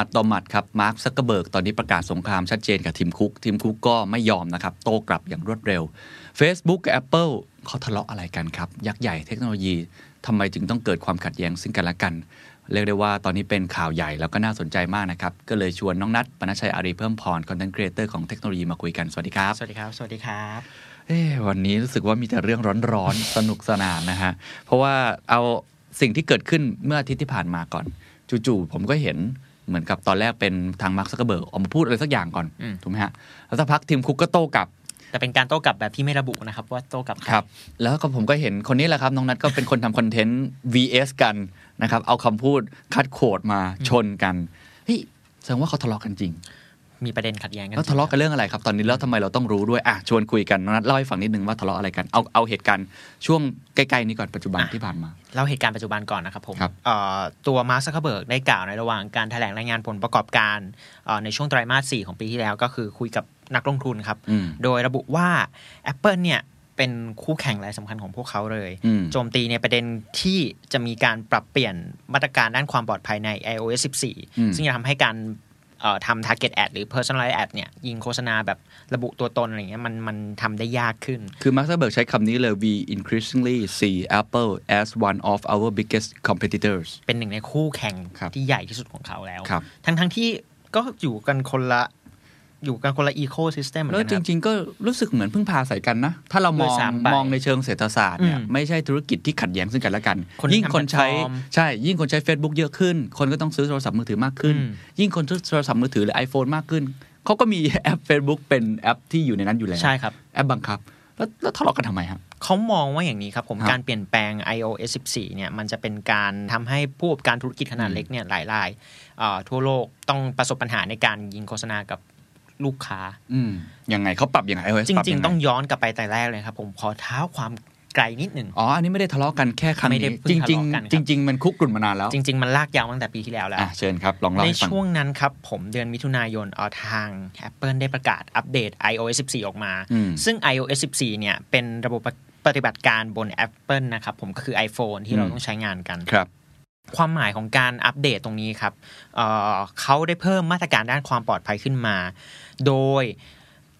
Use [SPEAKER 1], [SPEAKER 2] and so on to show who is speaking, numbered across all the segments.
[SPEAKER 1] หมัดต่อหมัดครับ มาร์คซักเกอร์เบิร์กตอนนี้ประกาศสงครามชัดเจนกับทีมคุก ทีมคุกก็ไม่ยอมนะครับ โต้กลับอย่างรวดเร็ว Facebook กับ Apple เขาทะเลาะอะไรกันครับ ยักษ์ใหญ่เทคโนโลยีทำไมถึงต้องเกิดความขัดแย้งซึ่งกันและกัน เรียกได้ว่าตอนนี้เป็นข่าวใหญ่แล้วก็น่าสนใจมากนะครับ ก็เลยชวนน้องนัทปนัชชัยอารีเพิ่มพรคอนเทนต์ครีเอเตอร์ของเทคโนโลยีมาคุยกันสวัสดีครับ
[SPEAKER 2] สวัสดีครับ สวัสดีครับ
[SPEAKER 1] เอ้วันนี้รู้สึกว่ามีแต่เรื่องร้อนๆ สนุกสนานนะฮะ เพราะว่าเอาสิ่งที่เกิดขึ้นเมื่ออาทิตย์ที่ผ่านมาก่อน จู่ๆผมก็เห็นเหมือนกับตอนแรกเป็นทางมาร์คซักเบิร์กออกมาพูดอะไรสักอย่างก่อน
[SPEAKER 2] อืม
[SPEAKER 1] ถูกไหมฮะ แล้วสักพักทีมคุกก็โต้กลับ
[SPEAKER 2] แต่เป็นการโต้กลับแบบที่ไม่ระบุนะครับ ว่าโต้กลับใ
[SPEAKER 1] ครับ แล้วก็ผมก็เห็นคนนี้แหละครับ น้องนัทก็เป็นคนทำคอนเทนต์ VS กันนะครับ เอาคำพูดคัดโคดมาชนกันเฮ้ยแสดงว่าเขาทะเลาะกันจริง
[SPEAKER 2] มีประเด็นขัดแย้งกัน
[SPEAKER 1] แล้วทะเลาะกันเรื่องอะไรครับ ตอนนี้แล้วทำไมเราต้องรู้ด้วยอ่ะชวนคุยกันน้องนัทเล่าให้ฟังนิดนึงว่าทะเลาะอะไรกันเอาเอาเหตุการณ์ช่วงใกล้ๆนี้ก่อนปัจจุบันที่ผ่านมา
[SPEAKER 2] เล่าเหตุการณ์ปัจจุบันก่อนนะครับผม
[SPEAKER 1] ครับ
[SPEAKER 2] เอ่อตัวมาร์คซักเคเบิร์กได้กล่าวในระหว่างการแถลงรายงานผลประกอบการเอ่อในช่วงไตรมาส 4 ของปีที่แล้วก็คือคุยกับนักลงทุนครับ
[SPEAKER 1] อืม
[SPEAKER 2] โดยระบุว่า Apple เนี่ยเป็นคู่แข่งรายสำคัญของพวกเขาเลย
[SPEAKER 1] อืม
[SPEAKER 2] โจมตีในประเด็นที่จะมีการปรับเปลี่ยนมาตรการด้านความปลอดภัยใน iOS
[SPEAKER 1] อืม
[SPEAKER 2] 14 ซึ่งจะทำให้การเอ่อทำ target ad หรือ personalized ad เนี่ยยิงโฆษณาแบบระบุตัวตนอะไรเงี้ยมันมันทำได้ยากขึ้น
[SPEAKER 1] คือมาร์คซักเบิร์กใช้คำนี้เลย we increasingly see Apple as one of our biggest competitors
[SPEAKER 2] เป็นหนึ่งในคู่แข่ง
[SPEAKER 1] ครับ
[SPEAKER 2] ที่ใหญ่ที่สุดของเขาแล้ว
[SPEAKER 1] ครับ
[SPEAKER 2] ทั้งทั้งที่ก็อยู่กันคนละอยู่กันคนละ ecosystem เหมือน
[SPEAKER 1] แล้ว
[SPEAKER 2] กัน
[SPEAKER 1] จ
[SPEAKER 2] นะครับ
[SPEAKER 1] ริง ๆ ก็รู้สึกเหมือนพึ่งพาใส่กันนะ ถ้าเรามอง
[SPEAKER 2] ด้วยซ้ำไป
[SPEAKER 1] มองในเชิงเศรษฐศาสตร์เนี่ย
[SPEAKER 2] อืม
[SPEAKER 1] ไม่ใช่ธุรกิจที่ขัดแย้งซึ่งกันและกัน
[SPEAKER 2] คนที่
[SPEAKER 1] ยิ่งคนใช้
[SPEAKER 2] ทำแพลตฟอร์ม
[SPEAKER 1] ใช่ ยิ่งคนใช้ Facebook เยอะขึ้น คนก็ต้องซื้อโทรศัพท์มือถือมากขึ้น
[SPEAKER 2] อืม
[SPEAKER 1] ยิ่งคนซื้อโทรศัพท์มือถือหรือ iPhone มากขึ้น เขาก็มี แอป Facebook เป็นแอปที่อยู่ในนั้นอยู่แล้ว
[SPEAKER 2] ใช่ครับ
[SPEAKER 1] แอปบังคับ แล้วแล้วทะเลาะกันทำไมครับ
[SPEAKER 2] เขามองว่าอย่างนี้ครับผม
[SPEAKER 1] ครับ
[SPEAKER 2] การเปลี่ยนแปลง iOS 14 เนี่ย มันจะเป็นการทำให้ผู้ประกอบการธุรกิจขนาดเล็กเนี่ยหลายรายเอ่อทั่วโลกต้องประสบปัญหาในการยิงโฆษณากับลูกค้า
[SPEAKER 1] ืมยังไงเขาปรับยังไง iOS ป
[SPEAKER 2] จ
[SPEAKER 1] บยั
[SPEAKER 2] ริง
[SPEAKER 1] ไ
[SPEAKER 2] ๆ ต้องย้อนกลับไปแต่แรกเลยครับ ผมขอเท้าความไกลนิดหนึ่ง
[SPEAKER 1] อ๋อ อันนี้ไม่ได้ทะเลาะกันแค่ครั้ง
[SPEAKER 2] ไม่ได้
[SPEAKER 1] นี้
[SPEAKER 2] เพิ่
[SPEAKER 1] จ
[SPEAKER 2] ง
[SPEAKER 1] ริง
[SPEAKER 2] ทะเลาะกันครั
[SPEAKER 1] ๆ
[SPEAKER 2] บ
[SPEAKER 1] จริง ๆ มันคุกกรุ่นมานานแล้ว
[SPEAKER 2] จริง ๆ มันลากยาวมาตั้งแต่ปีที่แล้วแล้ว
[SPEAKER 1] อ่ะเชิญครับ ลองเล่า
[SPEAKER 2] ใน
[SPEAKER 1] ให้ฟัง
[SPEAKER 2] ช่วงนั้นครับ ผมเดือนมิถุนายนเอ่อทาง Apple ได้ประกาศอัปเดต iOS 14 ออกมา
[SPEAKER 1] อืม
[SPEAKER 2] ซึ่ง iOS 14 เนี่ย เป็นระบบปฏิบัติการบน Apple นะครับ ผมก็คือ iPhone ที่เรา
[SPEAKER 1] อืม
[SPEAKER 2] ต้องใช้งานกัน
[SPEAKER 1] ครับ
[SPEAKER 2] ความหมายของการอัปเดตตรงนี้ครับเอ่อเขาได้เพิ่มมาตรการด้านความปลอดภัยขึ้นมา โดย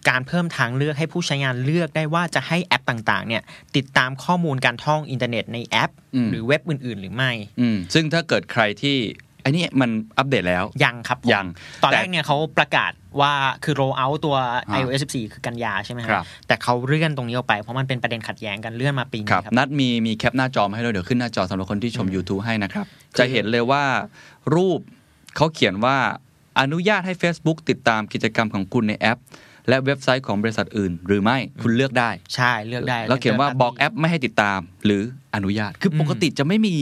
[SPEAKER 2] การเพิ่มทางเลือกให้ผู้ใช้งานเลือกได้ว่าจะให้แอปต่างๆ เนี่ยติดตามข้อมูลการท่องอินเทอร์เน็ตในแอป
[SPEAKER 1] อืม
[SPEAKER 2] หรือเว็บอื่น ๆ หรือไม่
[SPEAKER 1] อืมซึ่งถ้าเกิดใครที่อันนี้มันอัปเดตแล้ว
[SPEAKER 2] ยังครับผม
[SPEAKER 1] ยัง
[SPEAKER 2] ตอนแร
[SPEAKER 1] แต่
[SPEAKER 2] กเนี่ยเขาประกาศว่าคือ roll out ตัว
[SPEAKER 1] อ่า
[SPEAKER 2] iOS 14 คือกันยาใช่ไหมฮะ
[SPEAKER 1] ครับ
[SPEAKER 2] แต่เขาเลื่อนตรงนี้ออกไป เพราะมันเป็นประเด็นขัดแย้งกันเลื่อนมาปีนี้
[SPEAKER 1] ค
[SPEAKER 2] ค
[SPEAKER 1] รั
[SPEAKER 2] รั
[SPEAKER 1] บบ นัดมีมีแคปหน้าจอมาให้ด้วยเดี๋ยวขึ้นหน้าจอสำหรับคนที่ชม
[SPEAKER 2] อืม
[SPEAKER 1] YouTube ให้นะครับ จะเห็นเลยว่ารูปเขาเขียนว่าอนุญาตให้ Facebook ติดตามกิจกรรมของคุณในแอป และเว็บไซต์ของบริษัทอื่น หรือไม่คุณเลือกได้
[SPEAKER 2] ใช่เลือกได้
[SPEAKER 1] แล้วเขียนว่าบอกแอปไม่ให้ติดตาม หรืออนุญาต คือปกติจะไม่มี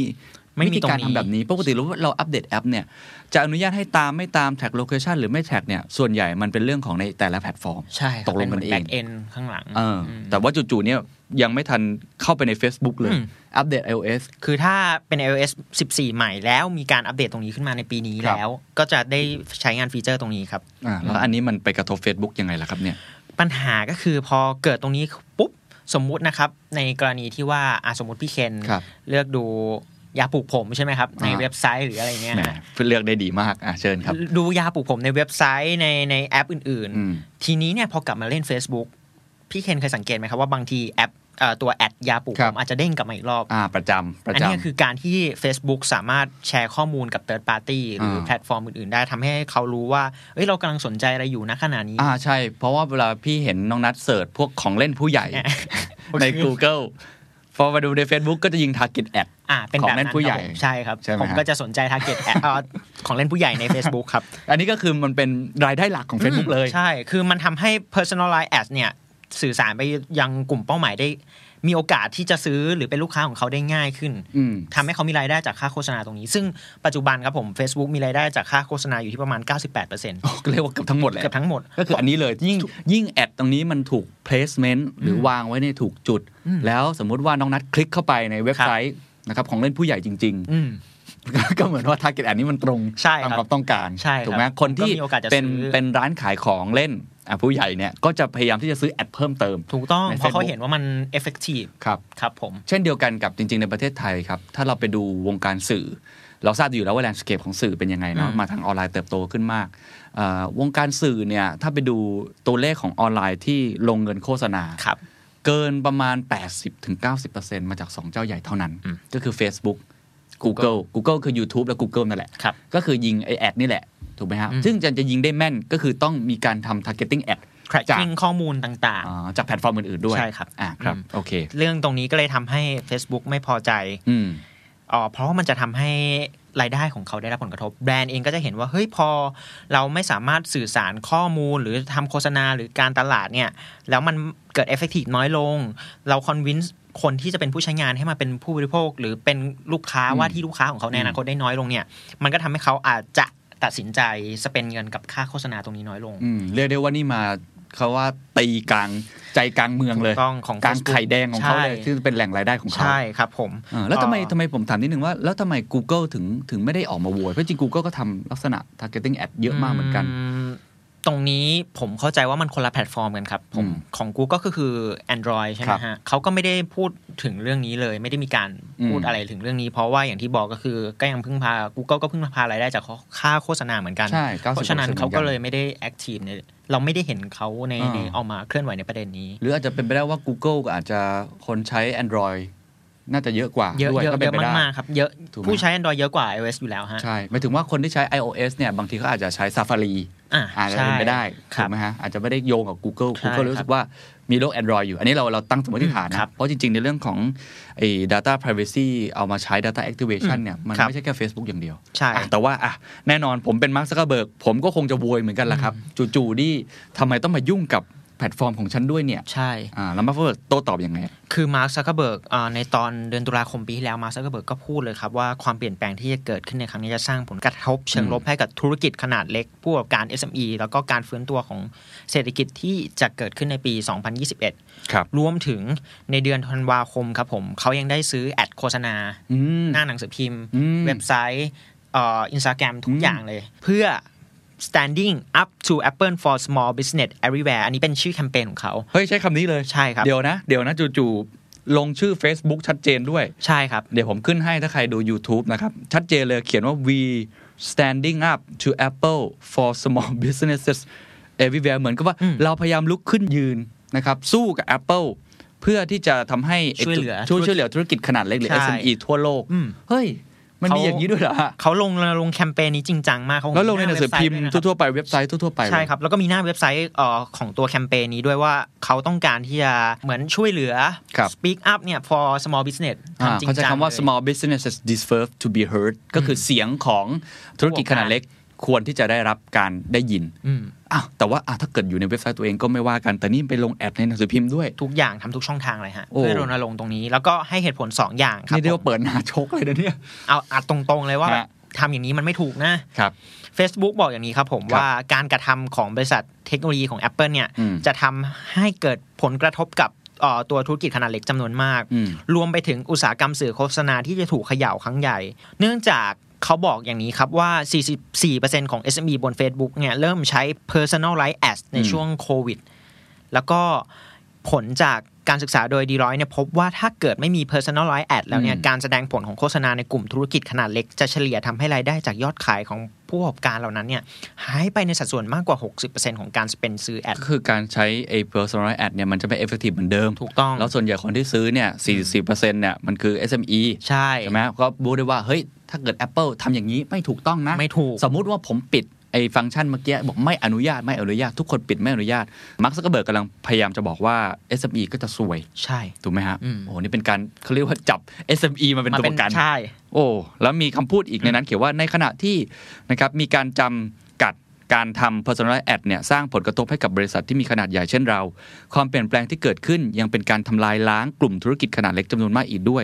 [SPEAKER 2] ไม่
[SPEAKER 1] วิ
[SPEAKER 2] มี
[SPEAKER 1] ธีการ
[SPEAKER 2] ตรงนี้
[SPEAKER 1] ทำแบบนี้ ปกติรู้ว่าเราอัปเดตแอปเนี่ย จะอนุญาตให้ตามไม่ตามแท็กโลเคชันหรือไม่แท็กเนี่ย ส่วนใหญ่มันเป็นเรื่องของในแต่ละแพลตฟอร์ม
[SPEAKER 2] ใช่ครับ
[SPEAKER 1] ตกลงกันเอง
[SPEAKER 2] แบ็กเอนข้างหลัง
[SPEAKER 1] เอออ
[SPEAKER 2] ม
[SPEAKER 1] แต่ว่าจู่ๆเนี่ยยังไม่ทันเข้าไปใน Facebook เลย
[SPEAKER 2] อืม
[SPEAKER 1] อัปเดต iOS
[SPEAKER 2] คือถ้าเป็น iOS 14 ใหม่แล้วมีการอัปเดตตรงนี้ขึ้นมาในปีนี้
[SPEAKER 1] ครับ
[SPEAKER 2] แล้ว ก็จะได้ใช้งานฟีเจอร์ตรงนี้ครับ
[SPEAKER 1] อ่าแล้วอันนี้มันไปกระทบ Facebook ยังไงล่ะครับเนี่ย
[SPEAKER 2] ปัญหาก็คือพอเกิดตรงนี้ปุ๊บ สมมุตินะครับ ในกรณีที่ว่าอ่ะสมมติพี่เคน
[SPEAKER 1] ครับ
[SPEAKER 2] เลือกดูยาปลูกผมใช่ไหมครับ ใน
[SPEAKER 1] อ่า
[SPEAKER 2] เว็บไซต์หรืออะไรเงี้ย
[SPEAKER 1] แหม
[SPEAKER 2] นะ
[SPEAKER 1] เลือกได้ดีมากอ่ะเชิญครับ
[SPEAKER 2] ดูยาปลูกผมในเว็บไซต์ในในแอปอื่น
[SPEAKER 1] อืม
[SPEAKER 2] ๆ ทีนี้เนี่ยพอกลับมาเล่น Facebook พี่เคนเคยสังเกตไหมครับว่าบางทีแอปเอ่อตัวแอดยาปลูก
[SPEAKER 1] ครั
[SPEAKER 2] ผ
[SPEAKER 1] บ
[SPEAKER 2] มอาจจะเด้งกลับมาอีกรอบ
[SPEAKER 1] อ่าประจำประ
[SPEAKER 2] อัน
[SPEAKER 1] จำ
[SPEAKER 2] นี้คือการที่ Facebook สามารถแชร์ข้อมูลกับ Third Party หรืออา แพลตฟอร์มอื่น ๆ ได้ทำให้เขารู้ว่า เอ้ยเรากำลังสนใจอะไรอยู่ณขณะนี้
[SPEAKER 1] อ่าใช่ เพราะว่าเวลาพี่เห็นน้องนัดเสิร์ชพวกของเล่นผู้ใหญ่ ใน Google พอมาดูใน Facebook ก็จะยิง Target Ad
[SPEAKER 2] อ่าเป็น
[SPEAKER 1] ของ
[SPEAKER 2] แบบ
[SPEAKER 1] เล่นผู้ใหญ่
[SPEAKER 2] ครับผมใช่ครับ
[SPEAKER 1] ใช่ไหม
[SPEAKER 2] ผม
[SPEAKER 1] ฮะ
[SPEAKER 2] ก็จะสนใจ Target แอดเอ่อของเล่นผู้ใหญ่ใน Facebook ครับ
[SPEAKER 1] อันนี้ก็คือมันเป็นรายได้หลักของ Facebook เลย
[SPEAKER 2] ใช่ คือมันทำให้ Personalized Ads เนี่ย สื่อสารไปยังกลุ่มเป้าหมายได้ มีโอกาสที่จะซื้อหรือเป็นลูกค้าของเขาได้ง่ายขึ้น
[SPEAKER 1] อืม
[SPEAKER 2] ทำให้เขามีรายได้จากค่าโฆษณาตรงนี้ ซึ่งปัจจุบันครับผม Facebook มีรายได้จากค่าโฆษณาอยู่ที่ประมาณ 98%เ
[SPEAKER 1] เรียกว่าเกือบทั้งหมดแหละ
[SPEAKER 2] กือบทั้งหมด
[SPEAKER 1] ก็คืออันนี้เลยยิ่งยิ่งแอดตรงนี้มันถูก placement หรือวางไว้ในถูกจุด แล้วสมมุติว่าน้องนัดคลิกเข้าไปในเว็บไซต์นะครับของเล่นผู้ใหญ่จริง
[SPEAKER 2] อืม
[SPEAKER 1] ๆ ก็เหมือนว่า target แอดนี้มันตรง
[SPEAKER 2] ใช่
[SPEAKER 1] ตาม
[SPEAKER 2] ครับ
[SPEAKER 1] ความต้องการ
[SPEAKER 2] ใช่ครับ
[SPEAKER 1] ถูกไหมคนที่
[SPEAKER 2] ก็มีโอกาสจะ
[SPEAKER 1] เป็น
[SPEAKER 2] ซื้อ
[SPEAKER 1] เป็นร้านขายของเล่นอ่ะผู้ใหญ่เนี่ยก็จะพยายามที่จะซื้อแอดเพิ่มเติม
[SPEAKER 2] ถูกต้อง
[SPEAKER 1] ใน
[SPEAKER 2] เพราะเขา
[SPEAKER 1] Facebook
[SPEAKER 2] เห็นว่ามัน effective
[SPEAKER 1] ครับ
[SPEAKER 2] ครับผม
[SPEAKER 1] เช่นเดียวกันกับจริง ๆ ในประเทศไทยครับ ถ้าเราไปดูวงการสื่อ เราทราบอยู่แล้วว่าแลนด์สเคปของสื่อเป็นยังไงเนาะ
[SPEAKER 2] อืม
[SPEAKER 1] มาทางออนไลน์เติบโตขึ้นมากเอ่อวงการสื่อเนี่ยถ้าไปดูตัวเลขของออนไลน์ที่ลงเงินโฆษณา
[SPEAKER 2] ครับ
[SPEAKER 1] เกินประมาณ 80-90%มาจาก 2 เจ้าใหญ่เท่านั้น
[SPEAKER 2] อืม
[SPEAKER 1] ก็คือ Facebook Google Google คือ YouTube และ Google นั่นแหละ
[SPEAKER 2] ครับ
[SPEAKER 1] ก็คือยิงไอแอดนี่แหละ ถูกไหมฮะ
[SPEAKER 2] อืม
[SPEAKER 1] ซึ่งจะจะยิงได้แม่นก็คือต้องมีการทำ targeting ad จาก
[SPEAKER 2] tracking ข้อมูลต่าง
[SPEAKER 1] อ่าจากแพลตฟอร์มอื่นๆด้วย
[SPEAKER 2] ใช่ครับ
[SPEAKER 1] อ่าครับ
[SPEAKER 2] อืม
[SPEAKER 1] โอเค
[SPEAKER 2] ๆ เรื่องตรงนี้ก็เลยทำให้ Facebook ไม่พอใจ
[SPEAKER 1] อืม
[SPEAKER 2] อ๋อเพราะว่ามันจะทำให้รายได้ของเขาได้รับผลกระทบ แบรนด์เองก็จะเห็นว่าเฮ้ยพอเราไม่สามารถสื่อสารข้อมูลหรือทำโฆษณาหรือการตลาดเนี่ย แล้วมันเกิดเอฟเฟกตีฟน้อยลง เราคอนวินส์คนที่จะเป็นผู้ใช้งานให้มาเป็นผู้บริโภค หรือเป็นลูกค้า
[SPEAKER 1] อืม
[SPEAKER 2] ว่าที่ลูกค้าของเขาในอนาคตได้น้อยลงเนี่ย มันก็ทำให้เขาอาจจะตัดสินใจสเปนเงินกับค่าโฆษณาตรงนี้น้อยลง
[SPEAKER 1] อืมเรียกได้ว่านี่มาเขาว่าตีกลางใจกลางเมืองเลย
[SPEAKER 2] ถูกต้องของ
[SPEAKER 1] กลาง
[SPEAKER 2] Facebook
[SPEAKER 1] ไข่แดงของเขาเลย
[SPEAKER 2] ใช่
[SPEAKER 1] ซึ่งเป็นแหล่งรายได้ของเขา
[SPEAKER 2] ใช่ครับผม
[SPEAKER 1] เออแล้วทำไม
[SPEAKER 2] เอ่อ
[SPEAKER 1] ทำไมผมถามนิดนึงว่า แล้วทำไม Google ถึงถึงไม่ได้ออกมาโวย เพราะจริง Google ก็ทำลักษณะ targeting ad เยอะมากเหมือนกัน
[SPEAKER 2] มตรงนี้ผมเข้าใจว่ามันคนละแพลตฟอร์มกันครับผม
[SPEAKER 1] อืม
[SPEAKER 2] ของ Google ก็คือ Android ใช่ไหม
[SPEAKER 1] ครั
[SPEAKER 2] ฮะ
[SPEAKER 1] บ
[SPEAKER 2] เขาก็ไม่ได้พูดถึงเรื่องนี้เลย ไม่ได้มีการพูด
[SPEAKER 1] อืม
[SPEAKER 2] อะไรถึงเรื่องนี้ เพราะว่าอย่างที่บอกก็คือก็ยังพึ่งพา Google ก็พึ่งพารายได้จากค่าโฆษณาเหมือนกัน
[SPEAKER 1] ใช่90%
[SPEAKER 2] เพราะฉะนั้นเขาก็เลยไม่ได้แอคทีฟในเราไม่ได้เห็นเขาใน
[SPEAKER 1] อ่า
[SPEAKER 2] ในออกมาเคลื่อนไหวในประเด็นนี้
[SPEAKER 1] หรืออาจจะเป็นไปได้ว่า Google ก็อาจจะคนใช้ Android น่าจะเยอะกว่า
[SPEAKER 2] เยอะ
[SPEAKER 1] ด้วย
[SPEAKER 2] เยอะ
[SPEAKER 1] ก็
[SPEAKER 2] เย
[SPEAKER 1] เป็น
[SPEAKER 2] อะ
[SPEAKER 1] ไปได้
[SPEAKER 2] มากๆครับเยอะ
[SPEAKER 1] ถูกไหม
[SPEAKER 2] ผู้ใช้ Android เยอะกว่า iOS อยู่แล้วฮะ
[SPEAKER 1] ใช่หมายถึงว่าคนที่ใช้ iOS เนี่ยบางทีเขาอาจจะใช้ Safari
[SPEAKER 2] อ่า
[SPEAKER 1] อาจจะเป็นไปได้
[SPEAKER 2] ค
[SPEAKER 1] ถู
[SPEAKER 2] รับ
[SPEAKER 1] กไหมฮะอาจจะไม่ได้โยงกับ Google
[SPEAKER 2] ใช่
[SPEAKER 1] Google รู้สึกว่ามีโลก Android อยู่ อันนี้เราเราตั้งสมมติฐาน
[SPEAKER 2] ครั
[SPEAKER 1] นะ
[SPEAKER 2] บ
[SPEAKER 1] เพราะจริง ๆ ในเรื่องของไอ้ data privacy เอามาใช้ data activation เนี่ย มัน
[SPEAKER 2] ครับ
[SPEAKER 1] ไม่ใช่แค่ Facebook อย่างเดียว
[SPEAKER 2] ใช่
[SPEAKER 1] อ่ะแต่ว่าอ่ะแน่นอนผมเป็นมาร์คซักเบิร์กผมก็คงจะโวยเหมือนกันแหละครับ จู่ๆนี่ทำไมต้องมายุ่งกับแพลตฟอร์มของฉันด้วยเนี่ย
[SPEAKER 2] ใช่
[SPEAKER 1] อ่าแล้วมาร์คซักเบิร์กโต้ตอบยังไง
[SPEAKER 2] คือมาร์คซักเคเบิร์กในตอนเดือนตุลาคมปีที่แล้วมาร์คซักเคเบิร์กก็พูดเลยครับว่าความเปลี่ยนแปลงที่จะเกิดขึ้นในครั้งนี้จะสร้างผลกระทบเชิงลบให้กับธุรกิจขนาดเล็กผู้ประกอบการ SME แล้วก็การฟื้นตัวของเศรษฐกิจที่จะเกิดขึ้นในปี 2021
[SPEAKER 1] ครับ
[SPEAKER 2] รวมถึงในเดือนธันวาคมครับผมเขายังได้ซื้อแอดโฆษณา
[SPEAKER 1] อืม
[SPEAKER 2] หน้าหนังสือพิมพ์
[SPEAKER 1] อืม
[SPEAKER 2] เว็บไซต์เอ่อินสตาแกรมทุ
[SPEAKER 1] อื
[SPEAKER 2] ก
[SPEAKER 1] ม
[SPEAKER 2] อย่างเลย เพื่อ standing up to Apple for small business everywhere อันนี้เป็นชื่อแคมเปญของเขา
[SPEAKER 1] เฮ้ยใช้คำนี้เลย
[SPEAKER 2] ใช่ครับ
[SPEAKER 1] เดี๋ยวนะ เดี๋ยวนะจู่ๆลงชื่อ Facebook ชัดเจนด้วย
[SPEAKER 2] ใช่ครับ
[SPEAKER 1] เดี๋ยวผมขึ้นให้ถ้าใครดู YouTube นะครับ ชัดเจนเลยเขียนว่า we standing up to Apple for small businesses everywhere เหมือนกับว่า
[SPEAKER 2] อืม
[SPEAKER 1] เราพยายามลุกขึ้นยืนนะครับ สู้กับ Apple เพื่อที่จะทำให้ไ
[SPEAKER 2] ช่วยเหลือ
[SPEAKER 1] ช่วยช่วยเหลือธุรกิจขนาดเล็กหรือ
[SPEAKER 2] ใช่
[SPEAKER 1] SME ทั่วโลก
[SPEAKER 2] อืม
[SPEAKER 1] เฮ้ย มันมี
[SPEAKER 2] เขา
[SPEAKER 1] อย่างนี้ด้วยเหรอฮะ
[SPEAKER 2] เขาลงลงแคมเปญนี้จริงจังมากเขา
[SPEAKER 1] แล้วลงในหนังสือพิมพ์
[SPEAKER 2] ทุก
[SPEAKER 1] ทั่วๆไปเว็บไซต์ทั่วๆไปเลย
[SPEAKER 2] ใช่ครับ แล้วก็มีหน้าเว็บไซต์เอ่อของตัวแคมเปญนี้ด้วยว่าเขาต้องการที่จะเหมือนช่วยเหลือ Speak up เนี่ย for small business
[SPEAKER 1] อ่า
[SPEAKER 2] ทำจริง
[SPEAKER 1] เขาใช้
[SPEAKER 2] จัง
[SPEAKER 1] คำว่า
[SPEAKER 2] เลย
[SPEAKER 1] small businesses deserve to be heard ก็คือเสียงของธุรกิจขนาดเล็กควรที่จะได้รับการได้ยิน
[SPEAKER 2] อืม
[SPEAKER 1] อ้าวแต่ว่าอ่ะถ้าเกิดอยู่ในเว็บไซต์ตัวเองก็ไม่ว่ากัน แต่นี่ไปลงแอดในหนังสือพิมพ์ด้วย
[SPEAKER 2] ทุกอย่างทำทุกช่องทางเลยฮะ
[SPEAKER 1] โอ้
[SPEAKER 2] เพื่อรณรงค์ตรงนี้ แล้วก็ให้เหตุผล 2 อย่างครับ
[SPEAKER 1] นี่เรียก
[SPEAKER 2] ผ
[SPEAKER 1] ว่าม เปิดหน้าชกเลยนะเนี่ย
[SPEAKER 2] เอาอัดตรงๆเลยว่า
[SPEAKER 1] ฮะ
[SPEAKER 2] แบบทำอย่างนี้มันไม่ถูกนะ
[SPEAKER 1] ครับ
[SPEAKER 2] Facebook บอกอย่างนี้ครับผม
[SPEAKER 1] ครับ
[SPEAKER 2] ว่าการกระทำของบริษัทเทคโนโลยีของ Apple เนี่ย
[SPEAKER 1] อืม
[SPEAKER 2] จะทำให้เกิดผลกระทบกับเอ่อตัวธุรกิจขนาดเล็กจำนวนมาก
[SPEAKER 1] อืม
[SPEAKER 2] รวมไปถึงอุตสาหกรรมสื่อโฆษณาที่จะถูกเขย่าครั้งใหญ่ เนื่องจากเขาบอกอย่างนี้ครับว่า 44%ของ SME บน Facebook เนี่ยเริ่มใช้ Personal l i g e Ads ใน
[SPEAKER 1] อืม
[SPEAKER 2] ช่วงโควิด แล้วก็ผลจากการศึกษาโดยดีร้อยเนี่ยพบว่าถ้าเกิดไม่มี Personal l i g e Ad แล้วเนี่ยการแสดงผลของโฆษณาในกลุ่มธุรกิจขนาดเล็ก จะเฉลี่ยทำให้รายได้จากยอดขายของผู้ประกอบการเหล่านั้นเนี่ยหายไปในสัดส่วนมากกว่า 60%ของการสเปนซื้อแอด
[SPEAKER 1] ก็คือการใช้ไอ้ personal ad เนี่ยมันจะไม่ effective เหมือนเดิม
[SPEAKER 2] ถูกต้อง
[SPEAKER 1] แล้วส่วนใหญ่คนที่ซื้อเนี่ย 44%เนี่ยมันคือ SME
[SPEAKER 2] ใช่
[SPEAKER 1] ใช่ไหมก็บูได้ว่า เฮ้ย ถ้าเกิด Apple ทำอย่างนี้ไม่ถูกต้องนะ
[SPEAKER 2] ไม่ถูก
[SPEAKER 1] สมมุติว่าผมปิดไอ้ฟังก์ชันเมื่อกี้บอกไม่อนุญาตไม่อนุญาตทุกคนปิดไม่อนุญาตมาร์คซักเบิร์กกำลังพยายามจะบอกว่า SME ก็จะซวย
[SPEAKER 2] ใช่
[SPEAKER 1] ถูกไหมฮะ
[SPEAKER 2] อืม
[SPEAKER 1] โอ้โหนี่เป็นการเขาเรียกว่าจับ SME มาเป็น
[SPEAKER 2] มั
[SPEAKER 1] ตัวประกัน
[SPEAKER 2] ใช่
[SPEAKER 1] โอ้ แล้วมีคำพูดอีกในนั้นเขียนว่าในขณะที่นะครับมีการจำกัด การทำ personal ad เนี่ยสร้างผลกระทบให้กับบริษัทที่มีขนาดใหญ่เช่นเรา ความเปลี่ยนแปลงที่เกิดขึ้นยังเป็นการทำลายล้างกลุ่มธุรกิจขนาดเล็กจำนวนมากอีกด้วย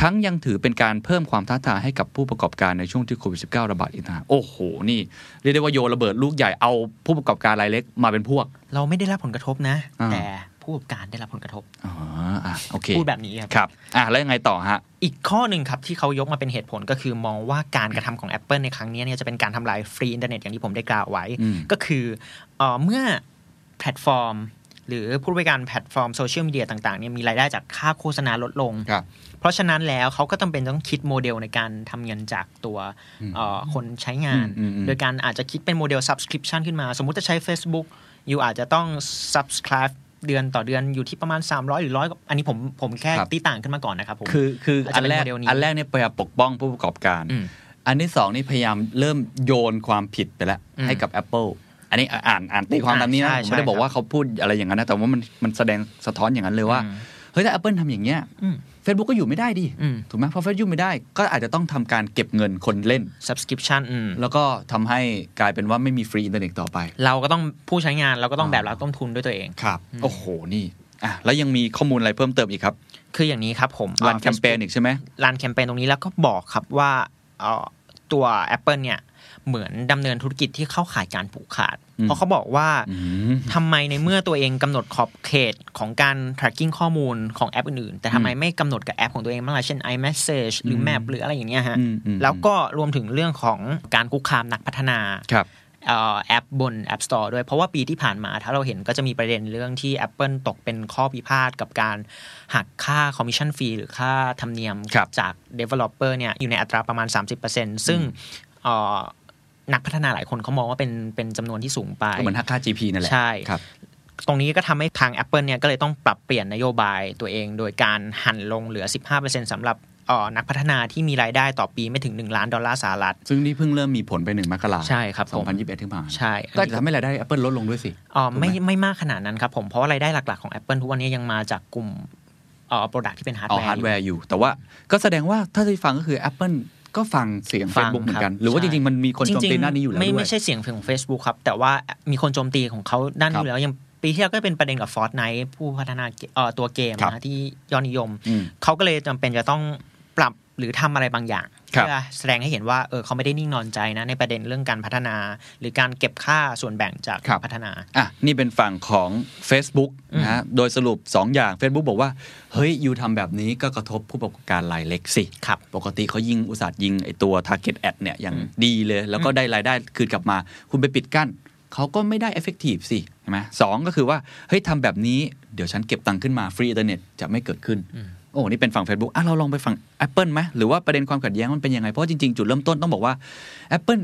[SPEAKER 1] ทั้งยังถือเป็นการเพิ่มความท้าทายให้กับผู้ประกอบการในช่วงที่โควิด -19 ระบาดอีกนะโอ้โห นี่เรียกได้ว่าโยนระเบิดลูกใหญ่เอาผู้ประกอบการรายเล็กมาเป็นพวก
[SPEAKER 2] เราไม่ได้รับผลกระทบนะ
[SPEAKER 1] อ่า
[SPEAKER 2] แต่ผู้ประกอบการได้รับผลกระทบ
[SPEAKER 1] อ๋ออ่ะโอเค
[SPEAKER 2] พูดแบบนี้ครับ
[SPEAKER 1] ครับอ่ะแล้วยังไงต่อฮะ
[SPEAKER 2] อีกข้อหนึ่งครับที่เขายกมาเป็นเหตุผลก็คือมองว่าการกระทำของ Apple ในครั้งนี้เนี่ยจะเป็นการทำลายฟรีอินเทอร์เน็ตอย่างที่ผมได้กล่าวไว้
[SPEAKER 1] อืม
[SPEAKER 2] ก็คือเอ่อเมื่อแพลตฟอร์ม หรือผู้บริการแพลตฟอร์มโซเชียลมีเดียต่างๆเนี่ยมีรายได้จากค่าโฆษณาลดลง
[SPEAKER 1] ครับ
[SPEAKER 2] เพราะฉะนั้นแล้วเขาก็จำเป็นต้องคิดโมเดลในการทำเงินจากตัวเอ่อคนใช้งาน
[SPEAKER 1] อืมอืมอืม
[SPEAKER 2] โดยการอาจจะคิดเป็นโมเดล subscription ขึ้นมา สมมุติจะใช้ Facebook อยู่อาจจะต้อง subscribe เดือนต่อเดือนอยู่ที่ประมาณ 300 หรือร้อยอันนี้ผมผมแค่ตีต่างขึ้นมาก่อนนะครับผม
[SPEAKER 1] คือคือ
[SPEAKER 2] อาจ
[SPEAKER 1] อัน
[SPEAKER 2] จะเป็น
[SPEAKER 1] แรก
[SPEAKER 2] โมเดลนี้
[SPEAKER 1] อันแรกเนี่ยพยายามปกป้องผู้ประกอบการ
[SPEAKER 2] อืม
[SPEAKER 1] อันที่สองนี่พยายามเริ่มโยนความผิดไปแล้ว
[SPEAKER 2] อืม
[SPEAKER 1] ให้กับ Apple อันนี้อ่ะอ่านอ่านตีความ
[SPEAKER 2] อ่า
[SPEAKER 1] ตามนี้นะ
[SPEAKER 2] ใช่
[SPEAKER 1] ผมไม่ได้
[SPEAKER 2] ใช่
[SPEAKER 1] บอกว่าเขาพูดอะไรอย่างนั้นนะแต่ว่ามันมันแสดงสะท้อนอย่างนั้นเลยว่า
[SPEAKER 2] อืม
[SPEAKER 1] เฮ้ยถ้า Apple ทำอย่างเงี้ย
[SPEAKER 2] อืม
[SPEAKER 1] Facebook ก็อยู่ไม่ได้ดิ
[SPEAKER 2] อืม
[SPEAKER 1] ถูกไหมเพราะ Facebook ไม่ได้ก็อาจจะต้องทำการเก็บเงินคนเล่น
[SPEAKER 2] subscription อืม
[SPEAKER 1] แล้วก็ทำให้กลายเป็นว่าไม่มีฟรีอินเทอร์เน็ตต่อไป
[SPEAKER 2] เราก็ต้องผู้ใช้งานเราก็ต้อง
[SPEAKER 1] อ่า
[SPEAKER 2] แบบรับต้นทุนด้วยตัวเอง
[SPEAKER 1] ครับโอ้โหนี่อ่ะแล้วยังมีข้อมูลอะไรเพิ่มเติมอีกครับ
[SPEAKER 2] คืออย่างนี้ครับผม
[SPEAKER 1] รัน
[SPEAKER 2] อ่า
[SPEAKER 1] แคมเปญอีกใช่ไหม
[SPEAKER 2] รันแคมเปญตรงนี้แล้วก็บอกครับว่าเอ่อตัว Apple เนี่ยเหมือนดำเนินธุรกิจที่เข้าข่ายการผูกขาด
[SPEAKER 1] อืม
[SPEAKER 2] เพราะเขาบอกว่า
[SPEAKER 1] อืม
[SPEAKER 2] ทำไมในเมื่อตัวเองกำหนดขอบเขตของการ tracking ข้อมูลของแอปอื่นๆ แต่ทำไมไม่กำหนดกับแอปของตัวเองบ้างล่ะเช่น iMessage หรือ Map หรืออะไรอย่างเงี้ยฮะ
[SPEAKER 1] อืมอืม
[SPEAKER 2] แล้วก็รวมถึงเรื่องของการคุกคามนักพัฒนา
[SPEAKER 1] ครับ
[SPEAKER 2] เอ่อแอปบน App Store ด้วย เพราะว่าปีที่ผ่านมาถ้าเราเห็นก็จะมีประเด็นเรื่องที่ Apple ตกเป็นข้อพิพาทกับการหักค่าคอมมิชชั่นฟรีหรือค่าธรรมเนียม
[SPEAKER 1] ครับ
[SPEAKER 2] จาก Developer เนี่ยอยู่ในอัตราประมาณ 30%ซึ่งเอ่อนักพัฒนาหลายคนเขามองว่าเป็นเป็นจำนวนที่สูงไป
[SPEAKER 1] ก็เหมือนหักค่า GP นั่นแหละ
[SPEAKER 2] ใช่
[SPEAKER 1] ครับ
[SPEAKER 2] ตรงนี้ก็ทำให้ทาง Apple เนี่ยก็เลยต้องปรับเปลี่ยนนโยบายตัวเอง โดยการหั่นลงเหลือ 15%สำหรับเอ่อนักพัฒนาที่มีรายได้ต่อปีไม่ถึง 1 ล้านดอลลาร์สหรัฐ
[SPEAKER 1] ซึ่งนี่เพิ่งเริ่มมีผลไปหนึ่งมกรา
[SPEAKER 2] ใช่ครับผม
[SPEAKER 1] 2021ที่ผ่าน
[SPEAKER 2] ใช่
[SPEAKER 1] ก็
[SPEAKER 2] อัน
[SPEAKER 1] จะ
[SPEAKER 2] นี้
[SPEAKER 1] ทำให้รายได้ Apple ลดลงด้วยสิ
[SPEAKER 2] อ๋อ
[SPEAKER 1] ถูกไหม
[SPEAKER 2] ไม่ไม่มากขนาดนั้นครับผมเพราะว่ารายได้หลัก ๆ ของ Apple ทุกวันนี้ยังมาจากกลุ่มเอ่อโปรดักที่เป็นฮาร์ด
[SPEAKER 1] เอา
[SPEAKER 2] แวร์
[SPEAKER 1] ฮาร์ดแวร์อยู่ แต่ว่าก็แสดงว่าถ้าที่ฟังก็คือ Apple ก็ฟังเสียง
[SPEAKER 2] ฟัง
[SPEAKER 1] Facebook เหมือนกัน
[SPEAKER 2] ครับ
[SPEAKER 1] หรือว่าจ
[SPEAKER 2] ใช่
[SPEAKER 1] ริง ๆ มันมีคนโจมตีหน้านี้อยู่แล้ว
[SPEAKER 2] ไม่
[SPEAKER 1] ด้วย
[SPEAKER 2] ไม่ใช่เสียงของ Facebook ครับ แต่ว่ามีคนโจมตีของเขาด้าน
[SPEAKER 1] ครับ
[SPEAKER 2] นี้อยู่แล้วยังปีที่แล้วก็เป็นประเด็นกับ Fortnite ผู้พัฒนาเกเอ่อตัวเกม
[SPEAKER 1] ครับ
[SPEAKER 2] นะที่ยอดนิยม
[SPEAKER 1] อืม
[SPEAKER 2] เขาก็เลยจำเป็นจะต้องปรับหรือทำอะไรบางอย่าง
[SPEAKER 1] ครับ
[SPEAKER 2] เพื่อแสดงให้เห็นว่าเออเขาไม่ได้นิ่งนอนใจนะในประเด็นเรื่องการพัฒนา หรือการเก็บค่าส่วนแบ่งจาก
[SPEAKER 1] ครับ
[SPEAKER 2] พัฒนา
[SPEAKER 1] อ่ะนี่เป็นฝั่งของ Facebook นะฮะโดยสรุป 2 อย่าง Facebook บอกว่า เฮ้ยยูทำแบบนี้ก็กระทบผู้ประกอบการรายเล็กสิ
[SPEAKER 2] ครับ
[SPEAKER 1] ปกติเขายิงอุตสาห์ยิงไอตัว Target Ad เนี่ยอย่างดีเลย แล้วก็ได้รายได้คืนกลับมา คุณไปปิดกั้นเขาก็ไม่ได้ effective สิใช่ไหมสองก็คือว่า เฮ้ยทำแบบนี้เดี๋ยวฉันเก็บตังค์ขึ้นมาฟรีอินเทอร์เน็ตจะไม่เกิดขึ้น โอ้นี่เป็นฝั่ง Facebook อ่ะเราลองไปฝั่ง Apple ไหมหรือว่าประเด็นความขัดแย้งมันเป็นยังไงเพราะจริงๆจุดเริ่มต้นต้องบอกว่า Apple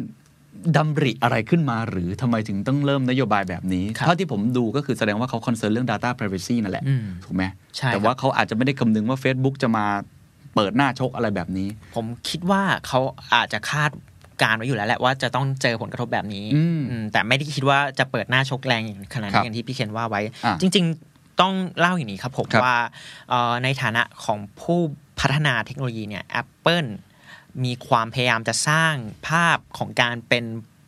[SPEAKER 1] ดำริอะไรขึ้นมาหรือทำไมถึงต้องเริ่มนโยบายแบบนี้
[SPEAKER 2] ครับ
[SPEAKER 1] เท่าที่ผมดูก็คือแสดงว่าเขาคอนเซิร์นเรื่อง Data Privacy นั่นแหละ
[SPEAKER 2] อืม
[SPEAKER 1] ถูกไหม
[SPEAKER 2] ใช่
[SPEAKER 1] แต่
[SPEAKER 2] ครับ
[SPEAKER 1] ว่าเขาอาจจะไม่ได้คำนึงว่า Facebook จะมาเปิดหน้าชกอะไรแบบนี้
[SPEAKER 2] ผมคิดว่าเขาอาจจะคาดการไว้อยู่แล้วแหละว่าจะต้องเจอผลกระทบแบบนี้
[SPEAKER 1] อืม
[SPEAKER 2] อืมแต่ไม่ได้คิดว่าจะเปิดหน้าชกแรงอย่างขนาด
[SPEAKER 1] ครั
[SPEAKER 2] นี้
[SPEAKER 1] บ
[SPEAKER 2] อย่างที่พี่เคนว่าไว้
[SPEAKER 1] อ่ะ
[SPEAKER 2] จริง ๆต้องเล่าอย่างนี้ครับผม
[SPEAKER 1] ครับ
[SPEAKER 2] ว่าเอ่อในฐานะของผู้พัฒนาเทคโนโลยีเนี่ย Apple มีความพยายามจะสร้างภาพของการเป็น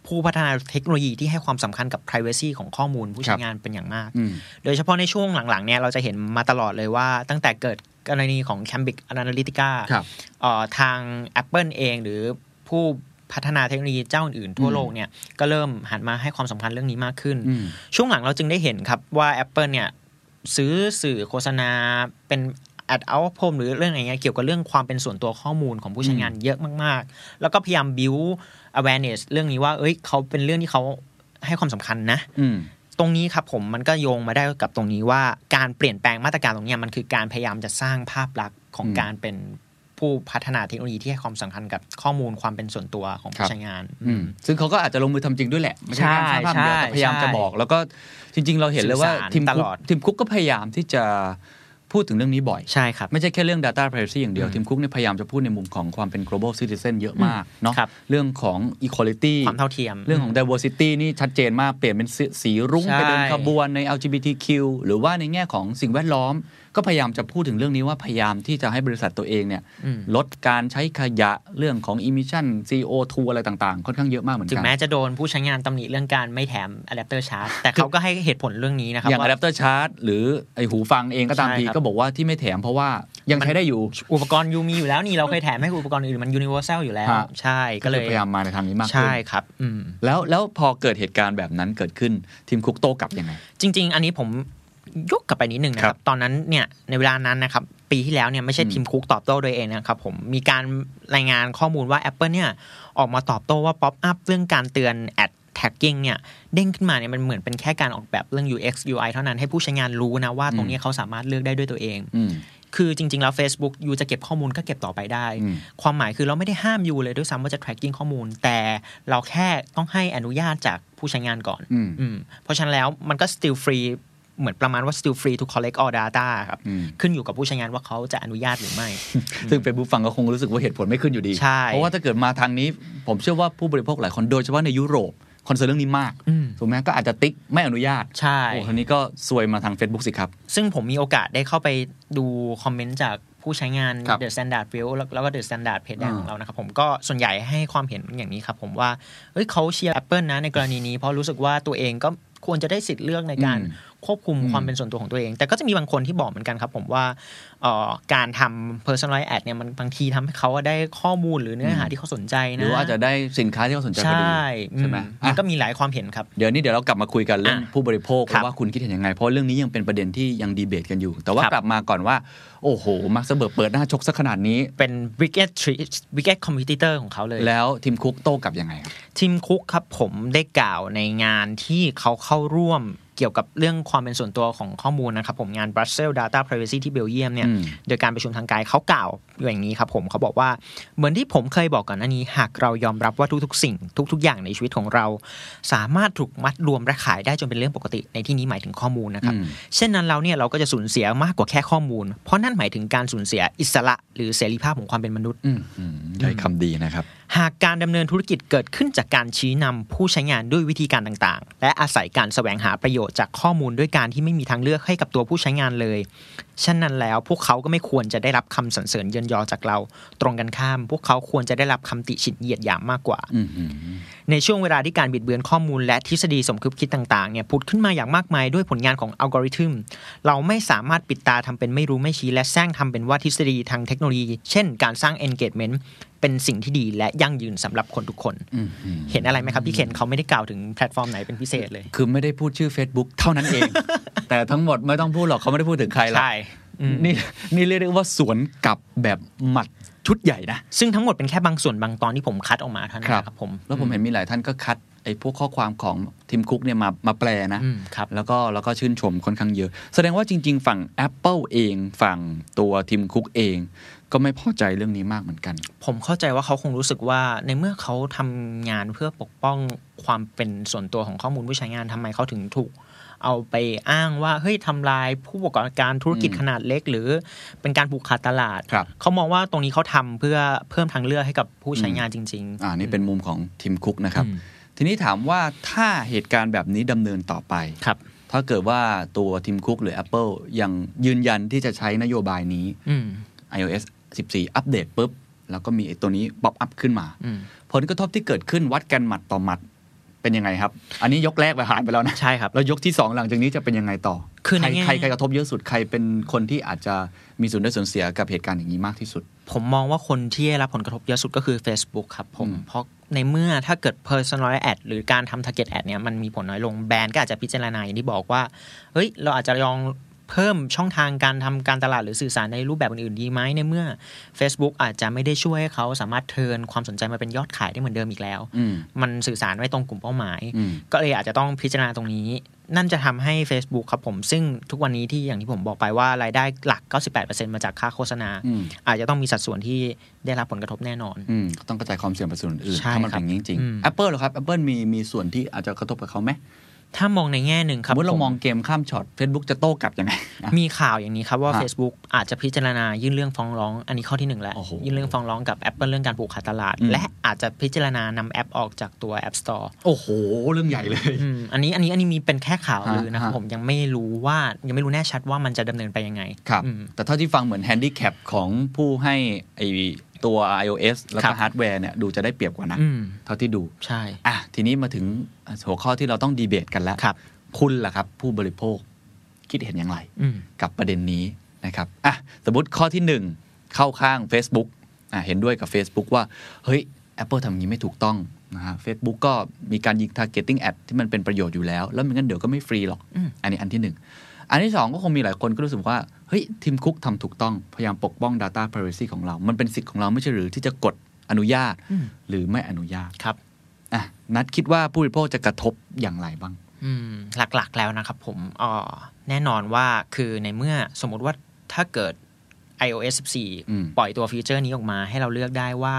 [SPEAKER 2] ผู้พัฒนาเทคโนโลยีที่ให้ความสำคัญกับ Privacy ของข้อมูล
[SPEAKER 1] ค
[SPEAKER 2] ผู้
[SPEAKER 1] รั
[SPEAKER 2] ใช้
[SPEAKER 1] บ
[SPEAKER 2] งานเป็นอย่างมาก
[SPEAKER 1] อืม
[SPEAKER 2] โดยเฉพาะในช่วงหลังๆเนี่ยเราจะเห็นมาตลอดเลยว่าตั้งแต่เกิดกรณีของ Cambridge Analytica
[SPEAKER 1] ครับ
[SPEAKER 2] เอ่อทาง Apple เองหรือผู้พัฒนาเทคโนโลยีเจ้าอื่นๆทั่วโลกเนี่ยก็เริ่มหันมาให้ความสำคัญเรื่องนี้มากขึ้น
[SPEAKER 1] อืม
[SPEAKER 2] ช่วงหลังเราจึงได้เห็นครับว่า Apple เนี่ยซื้อสื่อโฆษณาเป็น ad o u t p o m หรือเรื่องอะไรเงี้ยเกี่ยวกับเรื่องความเป็นส่วนตัวข้อมูลของผู้ใช้งานเยอะมากๆ แล้วก็พยายาม build awareness เรื่องนี้ว่า เอ้ยเขาเป็นเรื่องที่เขาให้ความสำคัญนะ
[SPEAKER 1] อืม
[SPEAKER 2] ตรงนี้ครับผมมันก็โยงมาได้กับตรงนี้ว่าการเปลี่ยนแปลงมาตรการตรงเนี้ยมันคือการพยายามจะสร้างภาพลักษณ์ของ
[SPEAKER 1] อืม
[SPEAKER 2] การเป็นผู้พัฒนาเทคโนโลยีที่ให้ความสำคัญกับข้อมูลความเป็นส่วนตัวของ
[SPEAKER 1] ครั
[SPEAKER 2] ผู้
[SPEAKER 1] บ
[SPEAKER 2] ใช้งาน
[SPEAKER 1] อืมซึ่งเขาก็อาจจะลงมือทำจริงด้วยแหละ ไม่ใช่
[SPEAKER 2] ใช่
[SPEAKER 1] การสร้างภาพเดียวแต่พยายามจะบอก แล้วก็จริง ๆ เราเห็นเลยว่า
[SPEAKER 2] สื่อสาร
[SPEAKER 1] ทีม
[SPEAKER 2] ต
[SPEAKER 1] คุ
[SPEAKER 2] ล
[SPEAKER 1] ก
[SPEAKER 2] อด
[SPEAKER 1] ทีมคุกก็พยายามที่จะพูดถึงเรื่องนี้บ่อย
[SPEAKER 2] ใช่ครับ
[SPEAKER 1] ไม่ใช่แค่เรื่อง Data Privacy อย่างเดียว ทีมคุกเนี่ยพยายามจะพูดในมุมของความเป็น global citizen เยอะมากเนาะ
[SPEAKER 2] ครับ
[SPEAKER 1] เรื่องของ equality
[SPEAKER 2] ความเท่าเทียม
[SPEAKER 1] เรื่องของ diversity นี่ชัดเจนมาก เปลี่ยนเป็นสีสีรุ้ง
[SPEAKER 2] ใช่
[SPEAKER 1] ไปเดินขบวนใน LGBTQ หรือว่าในแง่ของสิ่งแวดล้อม ก็พยายามจะพูดถึงเรื่องนี้ว่าพยายามที่จะให้บริษัทตัวเองเนี่ย
[SPEAKER 2] อืม
[SPEAKER 1] ลดการใช้ขยะเรื่องของ emission CO2 อะไรต่างๆ ค่อนข้างเยอะมากเหมือน
[SPEAKER 2] ถึง
[SPEAKER 1] กัน
[SPEAKER 2] แม้จะโดนผู้ใช้งานตำหนิเรื่องการไม่แถมอะแดปเตอร์ชาร์จแต่เขาก็ให้เหตุผลเรื่องนี้นะครับ
[SPEAKER 1] อย่างอะ
[SPEAKER 2] ว่า
[SPEAKER 1] แดปเตอร์ชาร์จหรือไอหูฟังเองก็ตาม
[SPEAKER 2] ใช่
[SPEAKER 1] ที
[SPEAKER 2] ครับ
[SPEAKER 1] ก็บอกว่าที่ไม่แถมเพราะว่ายังใช้ได้อยู่
[SPEAKER 2] อุปกรณ์ยูมีอยู่แล้วนี่เราเคยแถมให้อุปกรณ์อื่นมันยูนิเวอร์แซลอยู่แล้ว
[SPEAKER 1] ฮะ
[SPEAKER 2] ใช่ก็เลย
[SPEAKER 1] คือพยายามมาในทางนี้มากขึ้น
[SPEAKER 2] ใช่ครับ อืม
[SPEAKER 1] แล้วแล้วพอเกิดเหตุการณ์แบบนั้นเกิดขึ้นทีมคุกโต้กลับยังไง
[SPEAKER 2] จริง ๆ อันนี้ผมยกกลับไปนิดนึงนะค
[SPEAKER 1] ครั
[SPEAKER 2] รับบ ตอนนั้นเนี่ยในเวลานั้นนะครับปีที่แล้วเนี่ยไม่ใช่
[SPEAKER 1] อืม
[SPEAKER 2] ทีมคุกตอบโต้โดยเองนะครับผมมีการรายงานข้อมูลว่า Apple เนี่ยออกมาตอบโต้ว่าป๊อปอัพเรื่องการเตือนแอดแท็กกิ้งเนี่ยเด้งขึ้นมาเนี่ยมันเหมือนเป็นแค่การออกแบบเรื่อง UX UI เท่านั้นให้ผู้ใช้งานรู้นะว่าตร
[SPEAKER 1] อื
[SPEAKER 2] ง
[SPEAKER 1] ม
[SPEAKER 2] เนี้ยเขาสามารถเลือกได้ด้วยตัวเอง
[SPEAKER 1] อืม
[SPEAKER 2] คือจริง ๆ แล้ว Facebook ยูจะเก็บข้อมูลก็เก็บต่อไปได้
[SPEAKER 1] อืม
[SPEAKER 2] ความหมายคือเราไม่ได้ห้ามยูเลยด้วยซ้ำว่าจะ tracking ข้อมูล แต่เราแค่ต้องให้อนุญาตจากผู้ใช้งานก่อน
[SPEAKER 1] อืม
[SPEAKER 2] อืมเพราะฉะนั้นแล้วมันก็ still free เหมือนประมาณว่า still free to collect all data ครับ
[SPEAKER 1] อืม
[SPEAKER 2] ขึ้นอยู่กับผู้ใช้งานว่าเขาจะอนุญาตหรือไม่
[SPEAKER 1] ซึ่งเป็นผู้ฟังก็คงรู้สึกว่าเหตุผลไม่ขึ้นอยู่ดี
[SPEAKER 2] ใช่
[SPEAKER 1] เพราะว่าถ้าเกิดมาทางนี้ ผมเชื่อว่าผู้บริโภคหลายคนโดยเฉพาะในยุโรปคอนเซิร์นเรื่องนี้มาก
[SPEAKER 2] อืม
[SPEAKER 1] ถูกไหมก็อาจจะติ๊กไม่อนุญาต
[SPEAKER 2] ใช่
[SPEAKER 1] โอ้ทีนี้ก็ซวยมาทาง Facebook สิครับ
[SPEAKER 2] ซึ่งผมมีโอกาสได้เข้าไปดูคอมเมนต์จากผู้ใช้งาน
[SPEAKER 1] ครับ
[SPEAKER 2] The Standard View แล้วแล้วก็ The Standard เพจแดง
[SPEAKER 1] อ่า
[SPEAKER 2] ของเรานะครับผมก็ส่วนใหญ่ให้ความเห็นอย่างนี้ครับผมว่าเอ้ยเขาเชียร์ Apple นะในกรณีนี้ เพราะรู้สึกว่าตัวเองก็ควรจะได้สิทธิ์เลือกในการควบคุมความเป็นส่วนตัวของตัวเอง แต่ก็จะมีบางคนที่บอกเหมือนกันครับผมว่าเอ่อการทำ personal ad เนี่ยมันบางทีทำให้เขาได้ข้อมูลหรือเนื้อหาที่เขาสนใจ
[SPEAKER 1] ห
[SPEAKER 2] นะ
[SPEAKER 1] รือว่าอาจจะได้สินค้าที่เขาสนใจพอดี
[SPEAKER 2] ใช่
[SPEAKER 1] ใช่ไหม
[SPEAKER 2] อื
[SPEAKER 1] อ่ะ
[SPEAKER 2] นก็มีหลายความเห็นครับ
[SPEAKER 1] เดี๋ยวนี้เดี๋ยวเรากลับมาคุยกันเรื่อง
[SPEAKER 2] อ่ะ
[SPEAKER 1] ผู้บริโภค
[SPEAKER 2] ครับ
[SPEAKER 1] ว่าคุณคิดเห็นยังไง เพราะเรื่องนี้ยังเป็นประเด็นที่ยังดีเบตกันอยู่ แต่ว่า
[SPEAKER 2] ครับ
[SPEAKER 1] กลับมาก่อนว่า โอ้โหมาร์คซักเบิร์กเปิดหน้าชกซะขนาดนี้
[SPEAKER 2] เป็น biggest threat- biggest competitor ของเขาเลย
[SPEAKER 1] แล้วทีมคุกโต้กลับยังไงครับ
[SPEAKER 2] ทีมคุกครับผมได้กล่าวในงานที่เขาเข้าร่วมเกี่ยวกับเรื่องความเป็นส่วนตัวของข้อมูลนะครับผมงาน Brussels Data Privacy ที่เบลเยียมเนี่ย
[SPEAKER 1] อืม
[SPEAKER 2] โดยการประชุมทางไกลเขากล่าวอย่างนี้ครับผมเขาบอกว่าเหมือนที่ผมเคยบอกก่อนหน้านี้ หากเรายอมรับว่าทุกๆ สิ่ง ทุก ๆ อย่างในชีวิตของเรา สามารถถูกมัดรวมและขายได้จนเป็นเรื่องปกติในที่นี้หมายถึงข้อมูลนะครับ
[SPEAKER 1] อืม
[SPEAKER 2] เช่นนั้นเราเนี่ยเราก็จะสูญเสียมากกว่าแค่ข้อมูล เพราะนั่นหมายถึงการสูญเสียอิสระหรือเสรีภาพของความเป็นมนุษย์
[SPEAKER 1] อืมอืมใช้คำดีนะครับ
[SPEAKER 2] หากการดำเนินธุรกิจเกิดขึ้นจากการชี้นำผู้ใช้งานด้วยวิธีการต่างๆ และอาศัยการแสวงหาประโยชน์จากข้อมูลด้วยการที่ไม่มีทางเลือกให้กับตัวผู้ใช้งานเลยฉะนั้นแล้วพวกเขาก็ไม่ควรจะได้รับคำสรรเสริญเยินยอจากเรา ตรงกันข้าม พวกเขาควรจะได้รับคำติฉินเหยียดหยามมากกว่า
[SPEAKER 1] อืมอืม
[SPEAKER 2] ในช่วงเวลาที่การบิดเบือนข้อมูลและทฤษฎีสมคบคิดต่างๆเนี่ยผุดขึ้นมาอย่างมากมายด้วยผลงานของอัลกอริทึม เราไม่สามารถปิดตาทำเป็นไม่รู้ไม่ชี้และแซงทำเป็นว่าทฤษฎีทางเทคโนโลยี เช่นการสร้าง engagement เป็นสิ่งที่ดีและยั่งยืนสำหรับคนทุกคน
[SPEAKER 1] อืมอืม
[SPEAKER 2] เห็นอะไรไหมครับพี่เคนเขาไม่ได้กล่าวถึงแพลตฟอร์มไหนเป็นพิเศษเลย
[SPEAKER 1] คือไม่ได้พูดชื่อ Facebook เท่านั้น เอง แต่ทั้งหมดไม่ต้องพูดหรอกเขาไม่ได้พูดถึงใครหรอก
[SPEAKER 2] ใช่อืม
[SPEAKER 1] นี่นี่เรียกได้ว่าสวนกลับแบบหมัดชุดใหญ่นะ
[SPEAKER 2] ซึ่งทั้งหมดเป็นแค่บางส่วนบางตอนที่ผมคัดออกมาเท่านั้น
[SPEAKER 1] ครับ
[SPEAKER 2] นะครับผม
[SPEAKER 1] แล้วผมเห็นมีหลายท่านก็คัดไอ้พวกข้อความของทีมคุกเนี่ยมามาแปลนะ
[SPEAKER 2] อืมครับ
[SPEAKER 1] แล้วก็แล้วก็ชื่นชมค่อนข้างเยอะ แสดงว่าจริง ๆ ฝั่ง Apple เองฝั่งตัวทีมคุกเอง ก็ไม่พอใจเรื่องนี้มากเหมือนกัน
[SPEAKER 2] ผมเข้าใจว่าเขาคงรู้สึกว่าในเมื่อเขาทำงานเพื่อปกป้องความเป็นส่วนตัวของข้อมูลผู้ใช้งานทำไมเขาถึงถูก เอาไปอ้างว่าเฮ้ยทำลายผู้ประกอบการธุรกิจ
[SPEAKER 1] อืม
[SPEAKER 2] ขนาดเล็ก หรือเป็นการผูกขาดตลาด
[SPEAKER 1] ครับ
[SPEAKER 2] เขามองว่าตรงนี้เขาทำเพื่อเพิ่มทางเลือกให้กับผู้ใช้งานจริง
[SPEAKER 1] อ่านี่เป็นมุมของทีมคุกนะครับ
[SPEAKER 2] อืม
[SPEAKER 1] ทีนี้ถามว่าถ้าเหตุการณ์แบบนี้ดำเนินต่อไป
[SPEAKER 2] ๆ ครับ
[SPEAKER 1] ถ้าเกิดว่าตัวทีมคุกหรือ Apple ยังยืนยันที่จะใช้นโยบายนี้
[SPEAKER 2] อืม
[SPEAKER 1] iOS 14 อัปเดตปุ๊บ แล้วก็มีไอ้ตัวนี้ป๊อปอัพขึ้นมา
[SPEAKER 2] อืม
[SPEAKER 1] ผลกระทบที่เกิดขึ้นวัดกันหมัดต่อหมัดเป็นยังไงครับ อันนี้ยกแรกไปผ่านไปแล้วนะ
[SPEAKER 2] ใช่ครับ
[SPEAKER 1] แล้วยกที่ 2 หลังจากนี้จะเป็นยังไงต่อ
[SPEAKER 2] คือ
[SPEAKER 1] ใค
[SPEAKER 2] ใน
[SPEAKER 1] ร
[SPEAKER 2] แง่
[SPEAKER 1] ใครใครกระทบเยอะสุดใครเป็นคนที่อาจจะมีส่วนได้ส่วนเสียกับเหตุการณ์อย่างนี้มากที่สุด
[SPEAKER 2] ผมมองว่าคนที่ได้รับผลกระทบเยอะสุดก็คือ Facebook ครับผม
[SPEAKER 1] อืม
[SPEAKER 2] เพราะในเมื่อถ้าเกิด personal ad หรือการทำ target ad เนี่ยมันมีผลน้อยลงแบรนด์ก็อาจจะพิจารณาอย่างที่บอกว่า เฮ้ย เราอาจจะลองเพิ่มช่องทางการทำการตลาดหรือสื่อสารในรูปแบบอื่นๆดีไหมในเมื่อ Facebook อาจจะไม่ได้ช่วยให้เขาสามารถเทิร์นความสนใจมาเป็นยอดขายได้เหมือนเดิมอีกแล้ว
[SPEAKER 1] อืม
[SPEAKER 2] มันสื่อสารไม่ตรงกลุ่มเป้าหมาย
[SPEAKER 1] อืม
[SPEAKER 2] ก็เลยอาจจะต้องพิจารณาตรงนี้ นั่นจะทำให้ Facebook ครับผม ซึ่งทุกวันนี้ที่อย่างที่ผมบอกไปว่ารายได้หลัก 98%มาจากค่าโฆษณา
[SPEAKER 1] อืม
[SPEAKER 2] อาจจะต้องมีสัดส่วนที่ได้รับผลกระทบแน่นอน
[SPEAKER 1] อืมก็ต้องกระจายความเสี่ยงไปส่วนอื่น
[SPEAKER 2] ใช่
[SPEAKER 1] ถ้ามันเป็นอย่างนี้จริง
[SPEAKER 2] อืม
[SPEAKER 1] ๆ Apple เหรอครับ Apple มีมีส่วนที่อาจจะกระทบกับเขาไหม
[SPEAKER 2] ถ้ามองในแง่หนึ่งค
[SPEAKER 1] ส
[SPEAKER 2] รับ
[SPEAKER 1] มมติเรา
[SPEAKER 2] ผม
[SPEAKER 1] มองเกมข้ามช็อต Facebook จะโต้กลับยังไง
[SPEAKER 2] มีข่าวอย่างนี้ครับว่า
[SPEAKER 1] ฮะ
[SPEAKER 2] Facebook อาจจะพิจารณายื่นเรื่องฟ้องร้อง อันนี้ข้อที่หนึ่งแล้ว
[SPEAKER 1] โอ้โห
[SPEAKER 2] ยื่นเรื่องฟ้องร้องกับ Apple เรื่องการผูกขาดตลาด
[SPEAKER 1] อืม
[SPEAKER 2] และอาจจะพิจารณานำแอปออกจากตัว App Store
[SPEAKER 1] โอ้โห เรื่องใหญ่เลย
[SPEAKER 2] อืมอันนี้อันนี้อันนี้มีเป็นแค่ข่าว
[SPEAKER 1] ฮะ
[SPEAKER 2] ลือนะครับ
[SPEAKER 1] ฮะ
[SPEAKER 2] ผมยังไม่รู้ว่ายังไม่รู้แน่ชัดว่ามันจะดำเนินไปยังไง
[SPEAKER 1] ครับ
[SPEAKER 2] อืม
[SPEAKER 1] แต่เท่าที่ฟังเหมือนแฮนดิแคปของผู้ให้ไอตัว iOS แล้ว
[SPEAKER 2] ครั
[SPEAKER 1] ก็
[SPEAKER 2] บ
[SPEAKER 1] ฮาร์ดแวร์เนี่ยดูจะได้เปรียบกว่านะ
[SPEAKER 2] อืม
[SPEAKER 1] เท่าที่ดู
[SPEAKER 2] ใช่
[SPEAKER 1] อ่ะ ทีนี้มาถึงหัวข้อที่เราต้องดีเบตกันแล้ว
[SPEAKER 2] ครับ
[SPEAKER 1] คุณล่ะครับ ผู้บริโภคคิดเห็นอย่างไร
[SPEAKER 2] อืม
[SPEAKER 1] กับประเด็นนี้นะครับ อ่ะ สมมติข้อที่ 1 เข้าข้าง Facebook อ่ะเห็นด้วยกับ Facebook ว่า เฮ้ย Apple ทำอย่างนี้ไม่ถูกต้องนะฮะ Facebook ก็มีการยิง targeting ad ที่มันเป็นประโยชน์อยู่แล้ว แล้วไมงันเดี๋ยวก็ไม่ฟรีหรอก
[SPEAKER 2] อืม
[SPEAKER 1] อันนี้อันที่ 1 อันที่ 2 ก็คงมีหลายคนก็รู้สึกว่า เฮ้ย ทีมคุกทำถูกต้อง พยายามปกป้อง Data Privacy ของเรา มันเป็นสิทธิ์ของเราไม่ใช่หรือที่จะกดอนุญาต
[SPEAKER 2] อืม
[SPEAKER 1] หรือไม่อนุญาต
[SPEAKER 2] ครับ
[SPEAKER 1] อ่ะ นัดคิดว่าผู้บริโภคจะกระทบอย่างไรบ้าง
[SPEAKER 2] อืมหลักๆแล้วนะครับผมเอ่อแน่นอนว่าคือในเมื่อสมมติว่าถ้าเกิด iOS
[SPEAKER 1] อืม
[SPEAKER 2] 14 ปล่อยตัวฟีเจอร์นี้ออกมา ให้เราเลือกได้ว่า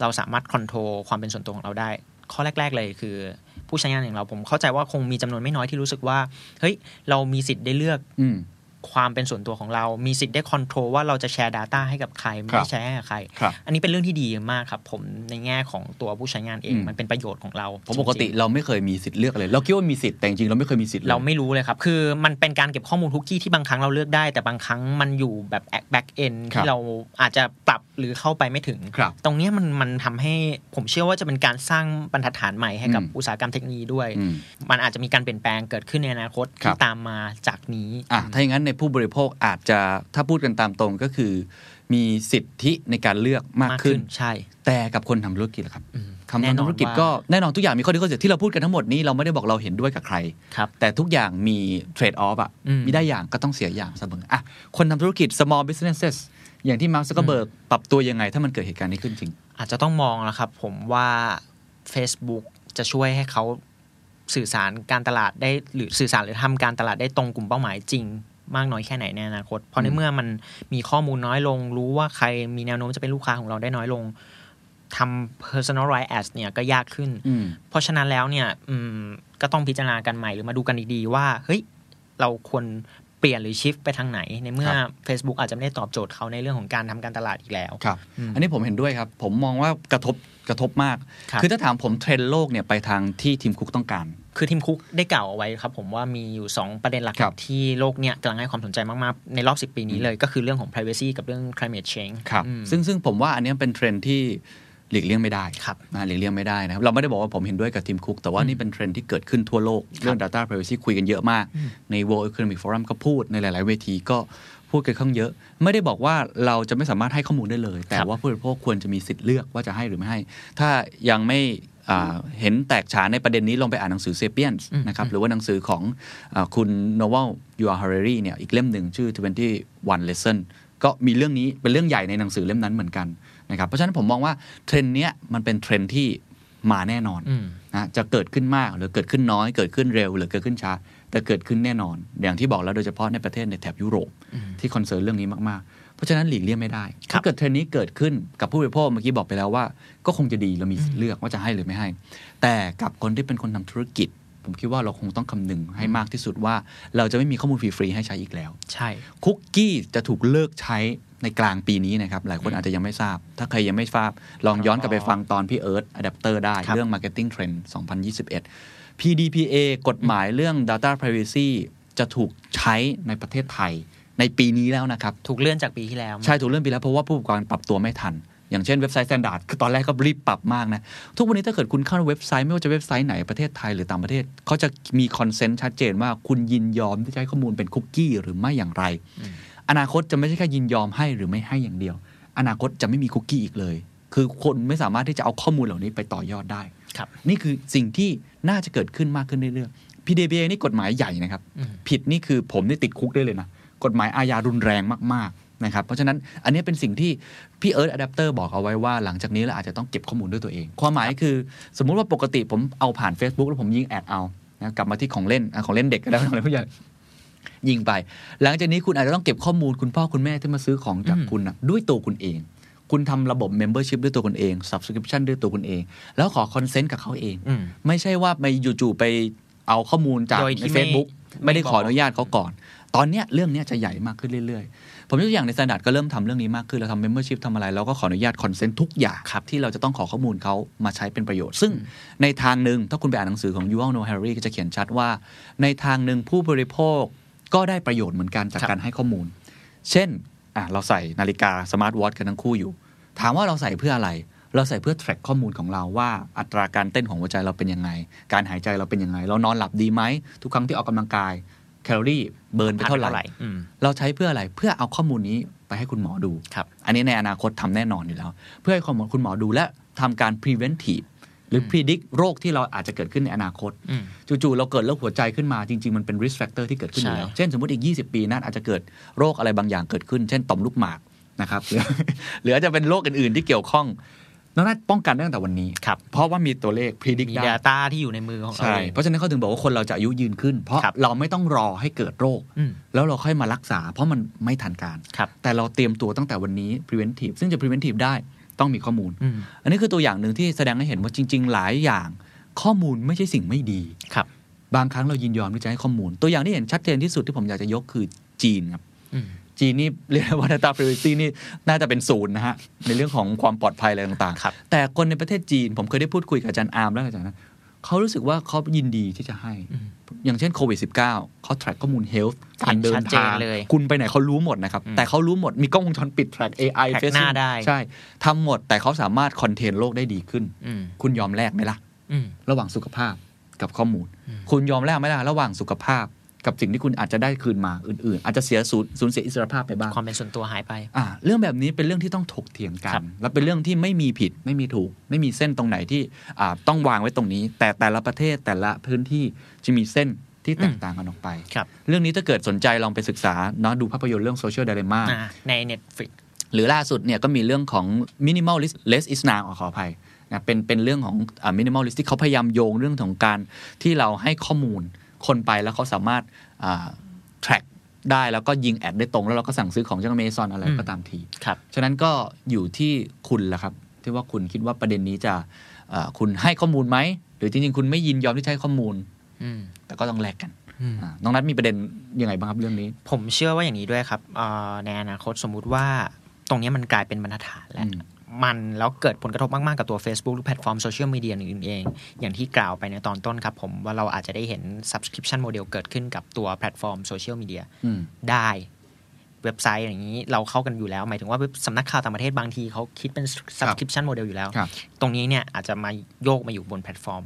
[SPEAKER 2] เราสามารถคอนโทรลความเป็นส่วนตัวของเราได้ ข้อแรก ๆ เลยคือ ผู้ใช้งานอย่างเราผมเข้าใจว่าคงมีจำนวนไม่น้อยที่รู้สึกว่า เฮ้ย เรามีสิทธิ์ได้เลือก
[SPEAKER 1] อืม
[SPEAKER 2] ความเป็นส่วนตัวของเรา มีสิทธิ์ได้คอนโทรลว่าเราจะแชร์ Data ให้กับใคร
[SPEAKER 1] ครั
[SPEAKER 2] ไม่
[SPEAKER 1] บ
[SPEAKER 2] แชร์ให้กับใคร
[SPEAKER 1] ครับ
[SPEAKER 2] อันนี้เป็นเรื่องที่ดีมากครับ ผมในแง่ของตัวผู้ใช้งานเอง
[SPEAKER 1] อืม
[SPEAKER 2] มันเป็นประโยชน์ของเรา
[SPEAKER 1] ผมปก
[SPEAKER 2] จ
[SPEAKER 1] ติ
[SPEAKER 2] ริงๆ
[SPEAKER 1] เราไม่เคยมีสิทธิ์เลือกเลย เราคิดว่ามีสิทธิ์แต่จริงๆเราไม่เคยมีสิทธิ์ลย
[SPEAKER 2] เราไม่รู้เลยครับ คือมันเป็นการเก็บข้อมูลทุกที่ที่บางครั้งเราเลือกได้ แต่บางครั้งมันอยู่แบบแบ็กเอน
[SPEAKER 1] ครั
[SPEAKER 2] ที่
[SPEAKER 1] บ
[SPEAKER 2] เราอาจจะปรับหรือเข้าไปไม่ถึง
[SPEAKER 1] ครับ
[SPEAKER 2] ตรงเนี้ยมันมันทำให้ผมเชื่อว่าจะเป็นการสร้างบรรทัดฐานใหม่ให้กับ
[SPEAKER 1] อืม
[SPEAKER 2] อุตสาหกรรมเทคโนโลยีด้วย
[SPEAKER 1] อืม
[SPEAKER 2] มันอาจจะมีการเปลี่ยนแปลงเกิดขึ้นในอนาคต
[SPEAKER 1] ครับ
[SPEAKER 2] ที่ตามมาจากนี้
[SPEAKER 1] อ่ะถ้าอย่างนั้นในผู้บริโภคอาจจะถ้าพูดกันตามตรงก็คือ มีสิทธิในการเลือกมากขึ้น
[SPEAKER 2] ใช่
[SPEAKER 1] แต่กับคนทำธุรกิจล่ะครับ
[SPEAKER 2] อืม
[SPEAKER 1] คำทำธุรกิจ
[SPEAKER 2] แน่นอนว่า
[SPEAKER 1] ก็แน่นอนทุกอย่างมีข้อดีข้อเสียที่เราพูดกันทั้งหมดนี้เราไม่ได้บอกเราเห็นด้วยกับใคร
[SPEAKER 2] ครับ
[SPEAKER 1] แต่ทุกอย่างมีเทรดออฟอ่ะ
[SPEAKER 2] อืม
[SPEAKER 1] มีได้อย่างก็ต้องเสียอย่างเสมออ่ะคนทำธุรกิจ small businesses อย่างที่มาร์คซักเบิร์กปรับตัวยังไงถ้ามันเกิดเหตุการณ์นี้ขึ้นจริง
[SPEAKER 2] อาจจะต้องมองแล้วครับผมว่า Facebook จะช่วยให้เขาสื่อสารการตลาดได้หรือสื่อสารหรือทำการตลาดได้ตรงกลุ่มเป้าหมายจริง มากน้อยแค่ไหนในอนาคต เพราะใน
[SPEAKER 1] อืม
[SPEAKER 2] เมื่อมันมีข้อมูลน้อยลง รู้ว่าใครมีแนวโน้มจะเป็นลูกค้าของเราได้น้อยลงทำ personalized ads เนี่ยก็ยากขึ้น
[SPEAKER 1] อืม
[SPEAKER 2] เพราะฉะนั้นแล้วเนี่ยอืมก็ต้องพิจารณากันใหม่หรือมาดูกันดีๆว่าเฮ้ยเราควรเปลี่ยนหรือชิฟไปทางไหน ในเมื่อ
[SPEAKER 1] ครับ
[SPEAKER 2] Facebook อาจจะไม่ได้ตอบโจทย์เขาในเรื่องของการทำการตลาดอีกแล้ว
[SPEAKER 1] ครับ
[SPEAKER 2] อืม
[SPEAKER 1] อันนี้ผมเห็นด้วยครับ ผมมองว่ากระทบกระทบมาก
[SPEAKER 2] ครับ
[SPEAKER 1] อถ้าถามผมเทรนด์โลกเนี่ยไปทางที่ทีมคุกต้องการ
[SPEAKER 2] คือทีมคุกได้กล่าวเอาไว้ครับ ผมว่ามีอยู่ 2 ประเด็นหลัก
[SPEAKER 1] ครับ
[SPEAKER 2] ที่โลกเนี่ยกำลังให้ความสนใจมาก ๆ ในรอบ 10 ปีนี้เลย ก็คือเรื่องของ privacy กับเรื่อง climate change
[SPEAKER 1] ครับ
[SPEAKER 2] อืม
[SPEAKER 1] ซึ่งซึ่งผมว่าอันเนี้ยเป็นเทรนด์ที่หลีกเลี่ยงไม่ได้
[SPEAKER 2] ครับ
[SPEAKER 1] นะหลีกเลี่ยงไม่ได้นะครับ เราไม่ได้บอกว่าผมเห็นด้วยกับทีมคุก แต่ว่านี่เป็นเทรนด์ที่เกิดขึ้นทั่วโลก เรื่อง Data Privacy คุยกันเยอะมาก ใน World Economic Forum ก็พูดในหลาย ๆ เวทีก็พูดกันข้างเยอะ ไม่ได้บอกว่าเราจะไม่สามารถให้ข้อมูลได้เลย แต่
[SPEAKER 2] ครับ
[SPEAKER 1] ว่าผู้บริโภคควรจะมีสิทธิ์เลือกว่าจะให้หรือไม่ให้ ถ้ายังไม่อ่าเห็นแตกฉานในประเด็นนี้ลองไปอ่านหนังสือเซเปียน
[SPEAKER 2] อืม
[SPEAKER 1] นะครับหรือว่าหนังสือของ อ่าคุณโนเวลยูอาร์ฮาร์เรรีเนี่ยอีกเล่มหนึ่งชื่อ 21 Lesson ก็มีเรื่องนี้เป็นเรื่องใหญ่ในหนังสือเล่มนั้นเหมือนกันนะครับเพราะฉะนั้นผมมองว่าเทรนด์เนี้ยมันเป็นเทรนด์ที่มาแน่นอน
[SPEAKER 2] อืม
[SPEAKER 1] นะจะเกิดขึ้นมากหรือเกิดขึ้นน้อย เกิดขึ้นเร็ว หรือเกิดขึ้นช้า แต่เกิดขึ้นแน่นอน อย่างที่บอกแล้วโดยเฉพาะในประเทศในแถบยุโรป ที่คอนเซิร์นเรื่องนี้มากๆ เพราะฉะนั้นหลีกเลี่ยงไม่ได้
[SPEAKER 2] ครั
[SPEAKER 1] ถ้า
[SPEAKER 2] บ
[SPEAKER 1] เกิดเทรนด์นี้เกิดขึ้นกับผู้บริโภคเมื่อกี้บอกไปแล้วว่า ก็คงจะดีเรามีสิทธิ์เลือกว่าจะให้หรือไม่ให้ แต่กับคนที่เป็นคนทำธุรกิจ ผมคิดว่าเราคงต้องคำนึงให้มากที่สุดว่า เราจะไม่มีข้อมูลฟรีๆให้ใช้อีกแล้ว
[SPEAKER 2] ใช่
[SPEAKER 1] คุกกี้จะถูกเลิกใช้ในกลางปีนี้นะครับ หลายคนอาจจะยังไม่ทราบ ถ้าใครยังไม่ทราบ ลองย้อนกลับไปฟังตอนพี่เอิร์ธอะแดปเตอร์ได้
[SPEAKER 2] ครับ
[SPEAKER 1] เรื่อง Marketing Trend 2021 PDPA กฎหมายเรื่อง Data Privacy จะถูกใช้ในประเทศไทย ในปีนี้แล้วนะครับ
[SPEAKER 2] ถูกเลื่อนจากปีที่แล้ว
[SPEAKER 1] ใช่ถูกเรื่องไปแล้วเพราะว่าผู้ประกอบการปรับตัวไม่ทัน อย่างเช่นเว็บไซต์สแตนดาร์ดคือตอนแรกก็รีบปรับมากนะ ทุกวันนี้ถ้าเกิดคุณเข้าเว็บไซต์ไม่ว่าจะเว็บไซต์ไหนประเทศไทยหรือต่างประเทศเขาจะมีคอนเซนต์ชัดเจนว่าคุณยินยอมที่จะให้ข้อมูลเป็นคุกกี้หรือไม่อย่างไร
[SPEAKER 2] อืม
[SPEAKER 1] อนาคตจะไม่ใช่แค่ยินยอมให้หรือไม่ให้อย่างเดียว อนาคตจะไม่มีคุกกี้อีกเลย คือคนไม่สามารถที่จะเอาข้อมูลเหล่านี้ไปต่อยอดได้
[SPEAKER 2] ครับ
[SPEAKER 1] นี่คือสิ่งที่น่าจะเกิดขึ้นมากขึ้นเรื่อยๆ PDBA นี่กฎหมายใหญ่นะครับ
[SPEAKER 2] อืม
[SPEAKER 1] ผิดนี่คือผมนี่ติดคุกได้เลยนะ กฎหมายอาญารุนแรงมากๆนะครับ เพราะฉะนั้นอันนี้เป็นสิ่งที่พี่เอิร์ธอะแดปเตอร์บอกเอาไว้ว่าหลังจากนี้เราอาจจะต้องเก็บข้อมูลด้วยตัวเอง ความหมายคือสมมุติว่าปกติผมเอาผ่าน Facebook แล้วผมยิงแอดเอานะกลับมาที่ของเล่นอ่ะของเล่นเด็กก็ ได้ของเล่นผู้ใหญ่ยิงไป หลังจากนี้คุณอาจจะต้องเก็บข้อมูลคุณพ่อคุณแม่ที่มาซื้อของจาก
[SPEAKER 2] อืม
[SPEAKER 1] คุณน่ะด้วยตัวคุณเอง คุณทำระบบ membership ด้วยตัวคุณเอง subscription ด้วยตัวคุณเอง แล้วขอคอนเซนต์กับเขาเอง
[SPEAKER 2] อืม
[SPEAKER 1] ไม่ใช่ว่าไปอยู่ๆไป เอาข้อมูลจาก
[SPEAKER 2] โดยที่
[SPEAKER 1] ใน
[SPEAKER 2] ไม่
[SPEAKER 1] Facebook
[SPEAKER 2] ไม่
[SPEAKER 1] ไม่ได้ขอ
[SPEAKER 2] บอก
[SPEAKER 1] อนุญาตเขาก่อน ตอนเนี้ยเรื่องเนี้ยจะใหญ่มากขึ้นเรื่อยๆ ผมยกตัวอย่างในสแตนดาร์ดก็เริ่มทำเรื่องนี้มากขึ้นเราทำเมมเบอร์ชิพทำอะไรเราก็ขออนุญาตคอนเซนต์ทุกอย่างครับที่เราจะต้องขอข้อมูลเขามาใช้เป็นประโยชน์ ซึ่งในทางหนึ่งถ้าคุณไปอ่านหนังสือของยูอัลโนแฮร์รี่ก็จะเขียนชัดว่า ในทางหนึ่งผู้บริโภคก็ได้ประโยชน์เหมือนกันจาก
[SPEAKER 2] ครับ
[SPEAKER 1] การให้ข้อมูล เช่นอ่ะเราใส่นาฬิกาสมาร์ทวอทช์กันทั้งคู่อยู่ ถามว่าเราใส่เพื่ออะไร เราใส่เพื่อ track ข้อมูลของเราว่าอัตราการเต้นของหัวใจเราเป็นยังไง การหายใจเราเป็นยังไง เรานอนหลับดีไหม ทุกครั้งที่ออกกำลังกาย แคลอรี่เบิร์นไปเท่าไหร่
[SPEAKER 2] อืม
[SPEAKER 1] เราใช้เพื่ออะไร เพื่อเอาข้อมูลนี้ไปให้คุณหมอดู
[SPEAKER 2] ครับ
[SPEAKER 1] อันนี้ในอนาคตทำแน่นอนอยู่แล้ว เพื่อให้ข้อมูลคุณหมอดูและทำการ preventive หรือ predict โรคที่เราอาจจะเกิดขึ้นในอนาคต
[SPEAKER 2] อืม
[SPEAKER 1] จู่ๆ เราเกิดโรคหัวใจขึ้นมาจริง ๆ มันเป็น risk factor ที่เกิดขึ้นอยู่แล้ว
[SPEAKER 2] ใช่
[SPEAKER 1] เช่นสมมติอีก 20 ปีนั้นอาจจะเกิดโรคอะไรบางอย่างเกิดขึ้น เช่นต่อมลูกหมากนะครับ หรือหรืออาจจะเป็นโรคอื่นๆ ที่เกี่ยวข้องน้องนัทป้องกันได้ตั้งแต่วันนี้
[SPEAKER 2] ครับ
[SPEAKER 1] เพราะว่ามีตัวเลข predict
[SPEAKER 2] มี
[SPEAKER 1] ได้
[SPEAKER 2] Data ที่อยู่ในมือของเรา
[SPEAKER 1] ใช่
[SPEAKER 2] เอง
[SPEAKER 1] เพราะฉะนั้นเขาถึงบอกว่าคนเราจะอายุยืนขึ้น เพราะ
[SPEAKER 2] ครับ
[SPEAKER 1] เราไม่ต้องรอให้เกิดโรค
[SPEAKER 2] อืม
[SPEAKER 1] แล้วเราค่อยมารักษา เพราะมันไม่ทันการ
[SPEAKER 2] ครับ
[SPEAKER 1] แต่เราเตรียมตัวตั้งแต่วันนี้ preventive ซึ่งจะ preventive ได้ต้องมีข้อมูล
[SPEAKER 2] อืม
[SPEAKER 1] อันนี้คือตัวอย่างหนึ่งที่แสดงให้เห็นว่าจริง ๆ หลายอย่าง ข้อมูลไม่ใช่สิ่งไม่ดี
[SPEAKER 2] ครับ
[SPEAKER 1] บางครั้งเรายินยอมที่จะให้ข้อมูล ตัวอย่างที่เห็นชัดเจนที่สุดที่ผมอยากจะยกคือจีนครับ
[SPEAKER 2] อืม
[SPEAKER 1] จีนนี่เรียกว่า data privacy นี่น่าจะเป็นศูนย์นะฮะ ในเรื่องของความปลอดภัยอะไรต่าง
[SPEAKER 2] ครับ
[SPEAKER 1] ๆ แต่คนในประเทศจีน ผมเคยได้พูดคุยกับอาจารย์อาร์มแล้วอาจารย์นะเขารู้สึกว่าเขายินดีที่จะให้
[SPEAKER 2] อืม
[SPEAKER 1] อย่างเช่นโควิด -19 เขา track ข้อมูล health กา
[SPEAKER 2] เห็น
[SPEAKER 1] รเดิ
[SPEAKER 2] ชั
[SPEAKER 1] น
[SPEAKER 2] ดเจน
[SPEAKER 1] ทาง
[SPEAKER 2] เลย
[SPEAKER 1] คุณไปไหนเขารู้หมดนะครับ
[SPEAKER 2] อืม
[SPEAKER 1] แต่เขารู้หมดมีกล้องวงจรปิด track AI
[SPEAKER 2] track
[SPEAKER 1] Facebook
[SPEAKER 2] หน้าได้
[SPEAKER 1] ใช่ทำหมดแต่เขาสามารถคอนเทนโลกได้ดีขึ้น
[SPEAKER 2] อืม
[SPEAKER 1] คุณยอมแลกไหมล่ะ
[SPEAKER 2] อืม
[SPEAKER 1] ระหว่างสุขภาพกับข้อมูล
[SPEAKER 2] อืม
[SPEAKER 1] คุณยอมแลกไหมล่ะระหว่างสุขภาพ กับสิ่งที่คุณอาจจะได้คืนมาอื่นๆ อาจจะเสียสูญสูญเสียอิสรภาพไปบ้าง
[SPEAKER 2] ความเป็นส่วนตัวหายไป
[SPEAKER 1] อ่าเรื่องแบบนี้เป็นเรื่องที่ต้องถกเถียงกั
[SPEAKER 2] ครั
[SPEAKER 1] น
[SPEAKER 2] บ
[SPEAKER 1] และเป็นเรื่องที่ไม่มีผิดไม่มีถูก ไม่มีเส้นตรงไหนที่อ่าต้องวางไว้ตรงนี้ แต่แต่ละประเทศแต่ละพื้นที่จะมีเส้นที่แตกต่างกันออกไป
[SPEAKER 2] ครับ
[SPEAKER 1] เรื่องนี้ถ้าเกิดสนใจลองไปศึกษาเนาะดูภาพยนตร์เรื่อง Social Dilemma
[SPEAKER 2] อ่าใน Netflix
[SPEAKER 1] หรือล่าสุดเนี่ยก็มีเรื่องของ minimal list less is now ขออภัยนะเป็นเป็นเรื่องของอ่า minimal list ที่เขาพยายามโยงเรื่องของการที่เราให้ข้อมูลคนไปแล้วเขาสามารถอ่า track ได้แล้วก็ยิงแอดได้ตรง แล้วเราก็สั่งซื้อของจากเมซอนอะไร
[SPEAKER 2] อืม
[SPEAKER 1] ก็ตามที
[SPEAKER 2] ครับ
[SPEAKER 1] ฉะนั้นก็อยู่ที่คุณแหละครับ ที่ว่าคุณคิดว่าประเด็นนี้จะเอ่อคุณให้ข้อมูลไหม หรือจริง ๆ คุณไม่ยินยอมที่จะให้ข้อมูล
[SPEAKER 2] อืม
[SPEAKER 1] แต่ก็ต้องแลกกัน
[SPEAKER 2] อืม
[SPEAKER 1] อ่าน้องนัทมีประเด็นยังไงบ้างครับเรื่องนี้
[SPEAKER 2] ผมเชื่อว่าอย่างนี้ด้วยครับเอ่อในอนาคตสมมุติว่าตรงเนี้ยมันกลายเป็นบรรทัดฐานแล้ว
[SPEAKER 1] อืม
[SPEAKER 2] มันแล้วเกิดผลกระทบมาก ๆ กับตัว Facebook หรือแพลตฟอร์มโซเชียลมีเดียอื่นๆเอง อย่างที่กล่าวไปในตอนต้นครับผมว่าเราอาจจะได้เห็น subscription model เกิดขึ้นกับตัวแพลตฟอร์มโซเชียลมีเดีย
[SPEAKER 1] อืม
[SPEAKER 2] ได้เว็บไซต์อย่างนี้เราเข้ากันอยู่แล้ว หมายถึงว่าเว็บสำนักข่าวต่างประเทศบางทีเขาคิดเป็น subscription model อยู่แล้ว
[SPEAKER 1] ครับ
[SPEAKER 2] ตรงนี้เนี่ยอาจจะมาโยกมาอยู่บนแพลตฟอร์ม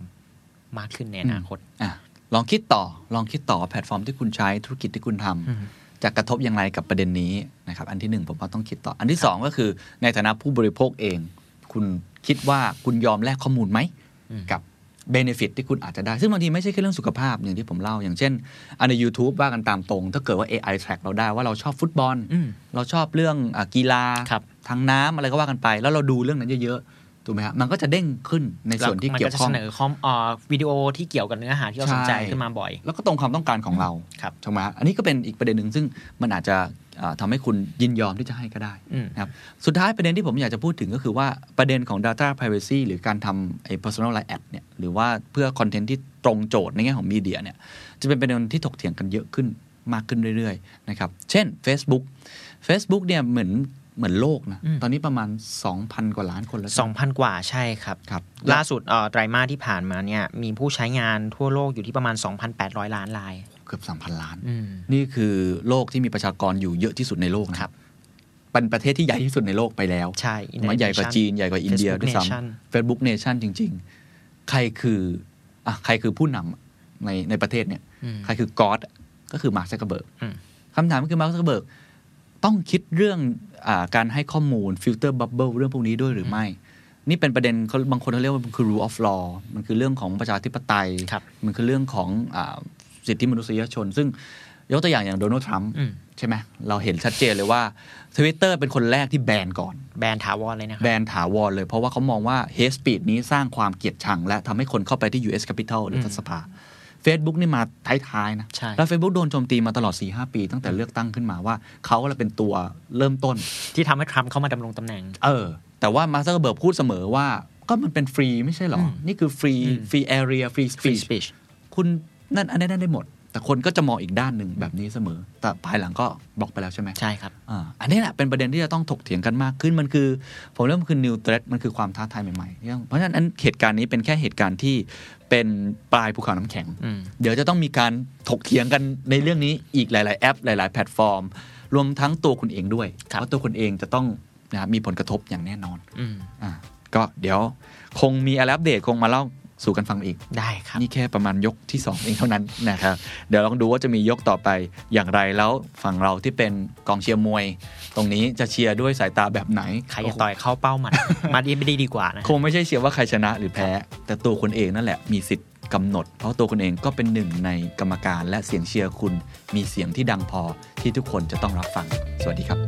[SPEAKER 2] มากขึ้นในอนาคต
[SPEAKER 1] อ่ะลองคิดต่อลองคิดต่อแพลตฟอร์มที่คุณใช้ธุรกิจที่คุณทำ
[SPEAKER 2] อืม
[SPEAKER 1] จะกระทบอย่างไรกับประเด็นนี้นะครับอันที่หนึ่งผมว่าต้องคิดต่อ อันที่สองก็คือในฐานะผู้บริโภคเอง คุณคิดว่าคุณยอมแลกข้อมูลไหม
[SPEAKER 2] อืม
[SPEAKER 1] กับเบนฟิตที่คุณอาจจะได้ ซึ่งบางทีไม่ใช่แค่เรื่องสุขภาพอย่างที่ผมเล่า อย่างเช่นอันใน YouTube ว่ากันตามตรง ถ้าเกิดว่า AI track เราได้ว่าเราชอบฟุตบอล
[SPEAKER 2] อืม
[SPEAKER 1] เราชอบเรื่องอากีฬา
[SPEAKER 2] ครับ
[SPEAKER 1] ทางน้ำอะไรก็ว่ากันไป แล้วเราดูเรื่องนั้นเยอะๆถูกไหมฮะมันก็จะเด้งขึ้นในส่วนที่เกี่ยวข้อง
[SPEAKER 2] มันจะเสนอคอมเอ่อวิดีโอที่เกี่ยวกับเนื้อหาที่เราสนใจ
[SPEAKER 1] ใช่
[SPEAKER 2] ขึ้นมาบ่อย
[SPEAKER 1] แล้วก็ตรงความต้องการของเรา
[SPEAKER 2] ครับ
[SPEAKER 1] ถูกไหมฮะอันนี้ก็เป็นอีกประเด็นหนึ่งซึ่งมันอาจจะอ่าทำาให้คุณยินยอมที่จะให้ก็ได้
[SPEAKER 2] อืม
[SPEAKER 1] นะครับสุดท้ายประเด็นที่ผมอยากจะพูดถึงก็คือว่าประเด็นของ data privacy หรือการทำไอ้ personal line ad เนี่ยหรือว่าเพื่อคอนเทนต์ที่ตรงโจทย์ในแง่ของมีเดียเนี่ยจะเป็นประเด็นที่ถกเถียงกันเยอะขึ้นมากขึ้นเรื่อยๆนะครับเช่น Facebook Facebook เนี่ยเหมือนเหมือนโลกนะ
[SPEAKER 2] อืม
[SPEAKER 1] ตอนนี้ประมาณ 2,000 กว่าล้านคนแล้วใช่ไหม
[SPEAKER 2] 2,000 กว่าใช่ครับ
[SPEAKER 1] ครับ
[SPEAKER 2] ล่าสุดเอ่อไตรมาสที่ผ่านมาเนี่ยมีผู้ใช้งานทั่วโลกอยู่ที่ประมาณ 2,800 ล้านราย
[SPEAKER 1] เกือบ3,000ล้าน นี่คือโลกที่มีประชากรอยู่เยอะที่สุดในโลกนะครับ เป็นประเทศที่ใหญ่ที่สุดในโลกไปแล้ว
[SPEAKER 2] ใช่
[SPEAKER 1] ถูกไหมันใหญ่กว่าจีน ใหญ่กว่าอินเดียด้วยซ้
[SPEAKER 2] น
[SPEAKER 1] ำ Facebook Nation จริง ๆ ใครคืออ่ะใครคือผู้นำในในประเทศเนี่ย ใครคือก็อดก็คือมาร์คซักเกอร์เบิร์ก
[SPEAKER 2] อืม
[SPEAKER 1] คำถามก็คือมาร์คซักเกอร์เบิร์กต้องคิดเรื่องอาการให้ข้อมูลฟิลเตอร์บับเบิลเรื่องพวกนี้ด้วยหรือไม่ นี่เป็นประเด็นเขาบางคนเขาเรียกว่ามันคือ rule of law มันคือเรื่องของประชาธิปไตย
[SPEAKER 2] ครับ
[SPEAKER 1] มันคือเรื่องของอาสิทธิมนุษยชน ซึ่งยกตัวอย่างอย่างโดนัลด์ทรัมป์
[SPEAKER 2] อืม
[SPEAKER 1] ใช่ไหมเราเห็นชัดเจนเลยว่าทวิตเตอร์เป็นคนแรกที่แบนก่อน
[SPEAKER 2] แบรนด์ถาวรเลยนะค
[SPEAKER 1] แบ
[SPEAKER 2] รับ
[SPEAKER 1] นถาวรเลย เพราะว่าเขามองว่าเฮสปีดนี้สร้างความเกลียดชัง และทำให้คนเข้าไปที่ US Capitol หรือ
[SPEAKER 2] ม
[SPEAKER 1] รัฐสภา Facebook นี่มาท้าย ๆ นะ
[SPEAKER 2] ใช่
[SPEAKER 1] แล้ว Facebook โดนโจมตีมาตลอด 4 5 ปี ตั้งแต่เลือกตั้งขึ้นมาว่าเขาเราเป็นตัวเริ่มต้น
[SPEAKER 2] ที่ทำให้ทรัมป์เข้ามาดำรงตำแหน่ง
[SPEAKER 1] เออ แต่ว่ามาร์คซักเบิร์พูดเสมอว่า ก็มันเป็นฟรีไม่ใช่หรอ
[SPEAKER 2] อืม
[SPEAKER 1] นี่คือฟรี
[SPEAKER 2] อืม
[SPEAKER 1] ฟรีแอเรียฟรีสปี
[SPEAKER 2] Free
[SPEAKER 1] ช
[SPEAKER 2] speech
[SPEAKER 1] คุณ นั่นอันนี้นได้หมด แต่คนก็จะมองอีกด้านหนึ่งแบบนี้เสมอ แต่ภายหลังก็บล็อกไปแล้วใช่ไหม
[SPEAKER 2] ใช่ครับ
[SPEAKER 1] อ่าอันนี้แหละเป็นประเด็นที่จะต้องถกเถียงกันมากขึ้นมันคือ ผมเริ่ามันคือ new threat มันคือความท้าทายใหม่ๆที่ต้องเพราะฉะนั้นอันเหตุการณ์นี้เป็นแค่เหตุการณ์ที่เป็นปลายภูเขาน้ำแข็ง
[SPEAKER 2] อืม
[SPEAKER 1] เดี๋ยวจะต้องมีการถกเถียงกันในเรื่องนี้อีกหลาย ๆ แอป หลาย ๆ แพลตฟอร์ม รวมทั้งตัวคุณเองด้วยเพราะตัวคุณเองจะต้องนะครับมีผลกระทบอย่างแน่นอน
[SPEAKER 2] อืม
[SPEAKER 1] อ่าก็เดี๋ยวคงมีอะไรอัปเดตคงมาเล่าสู่กันฟังอีก
[SPEAKER 2] ได้ครับ
[SPEAKER 1] นี่แค่ประมาณยกที่ 2 เองเท่า นั้น นะครับ เดี๋ยวลองดูว่าจะมียกต่อไปอย่างไรแล้วฝั่งเราที่เป็นกองเชียร์มวย ตรงนี้จะเชียร์ด้วยสายตาแบบไหน
[SPEAKER 2] ใครจะต่อยเข้าเป้า หมัด มาดีไม่ดีดีกว่านะ
[SPEAKER 1] คงไม่ใช่เชียร์ว่าใครชนะหรือแพ้ แต่ตัวคนเองนั่นแหละมีสิทธิ์กำหนด เพราะตัวคนเองก็เป็นหนึ่งในกรรมการและเสียงเชียร์คุณ มีเสียงที่ดังพอที่ทุกคนจะต้องรับฟัง สวัสดีครับ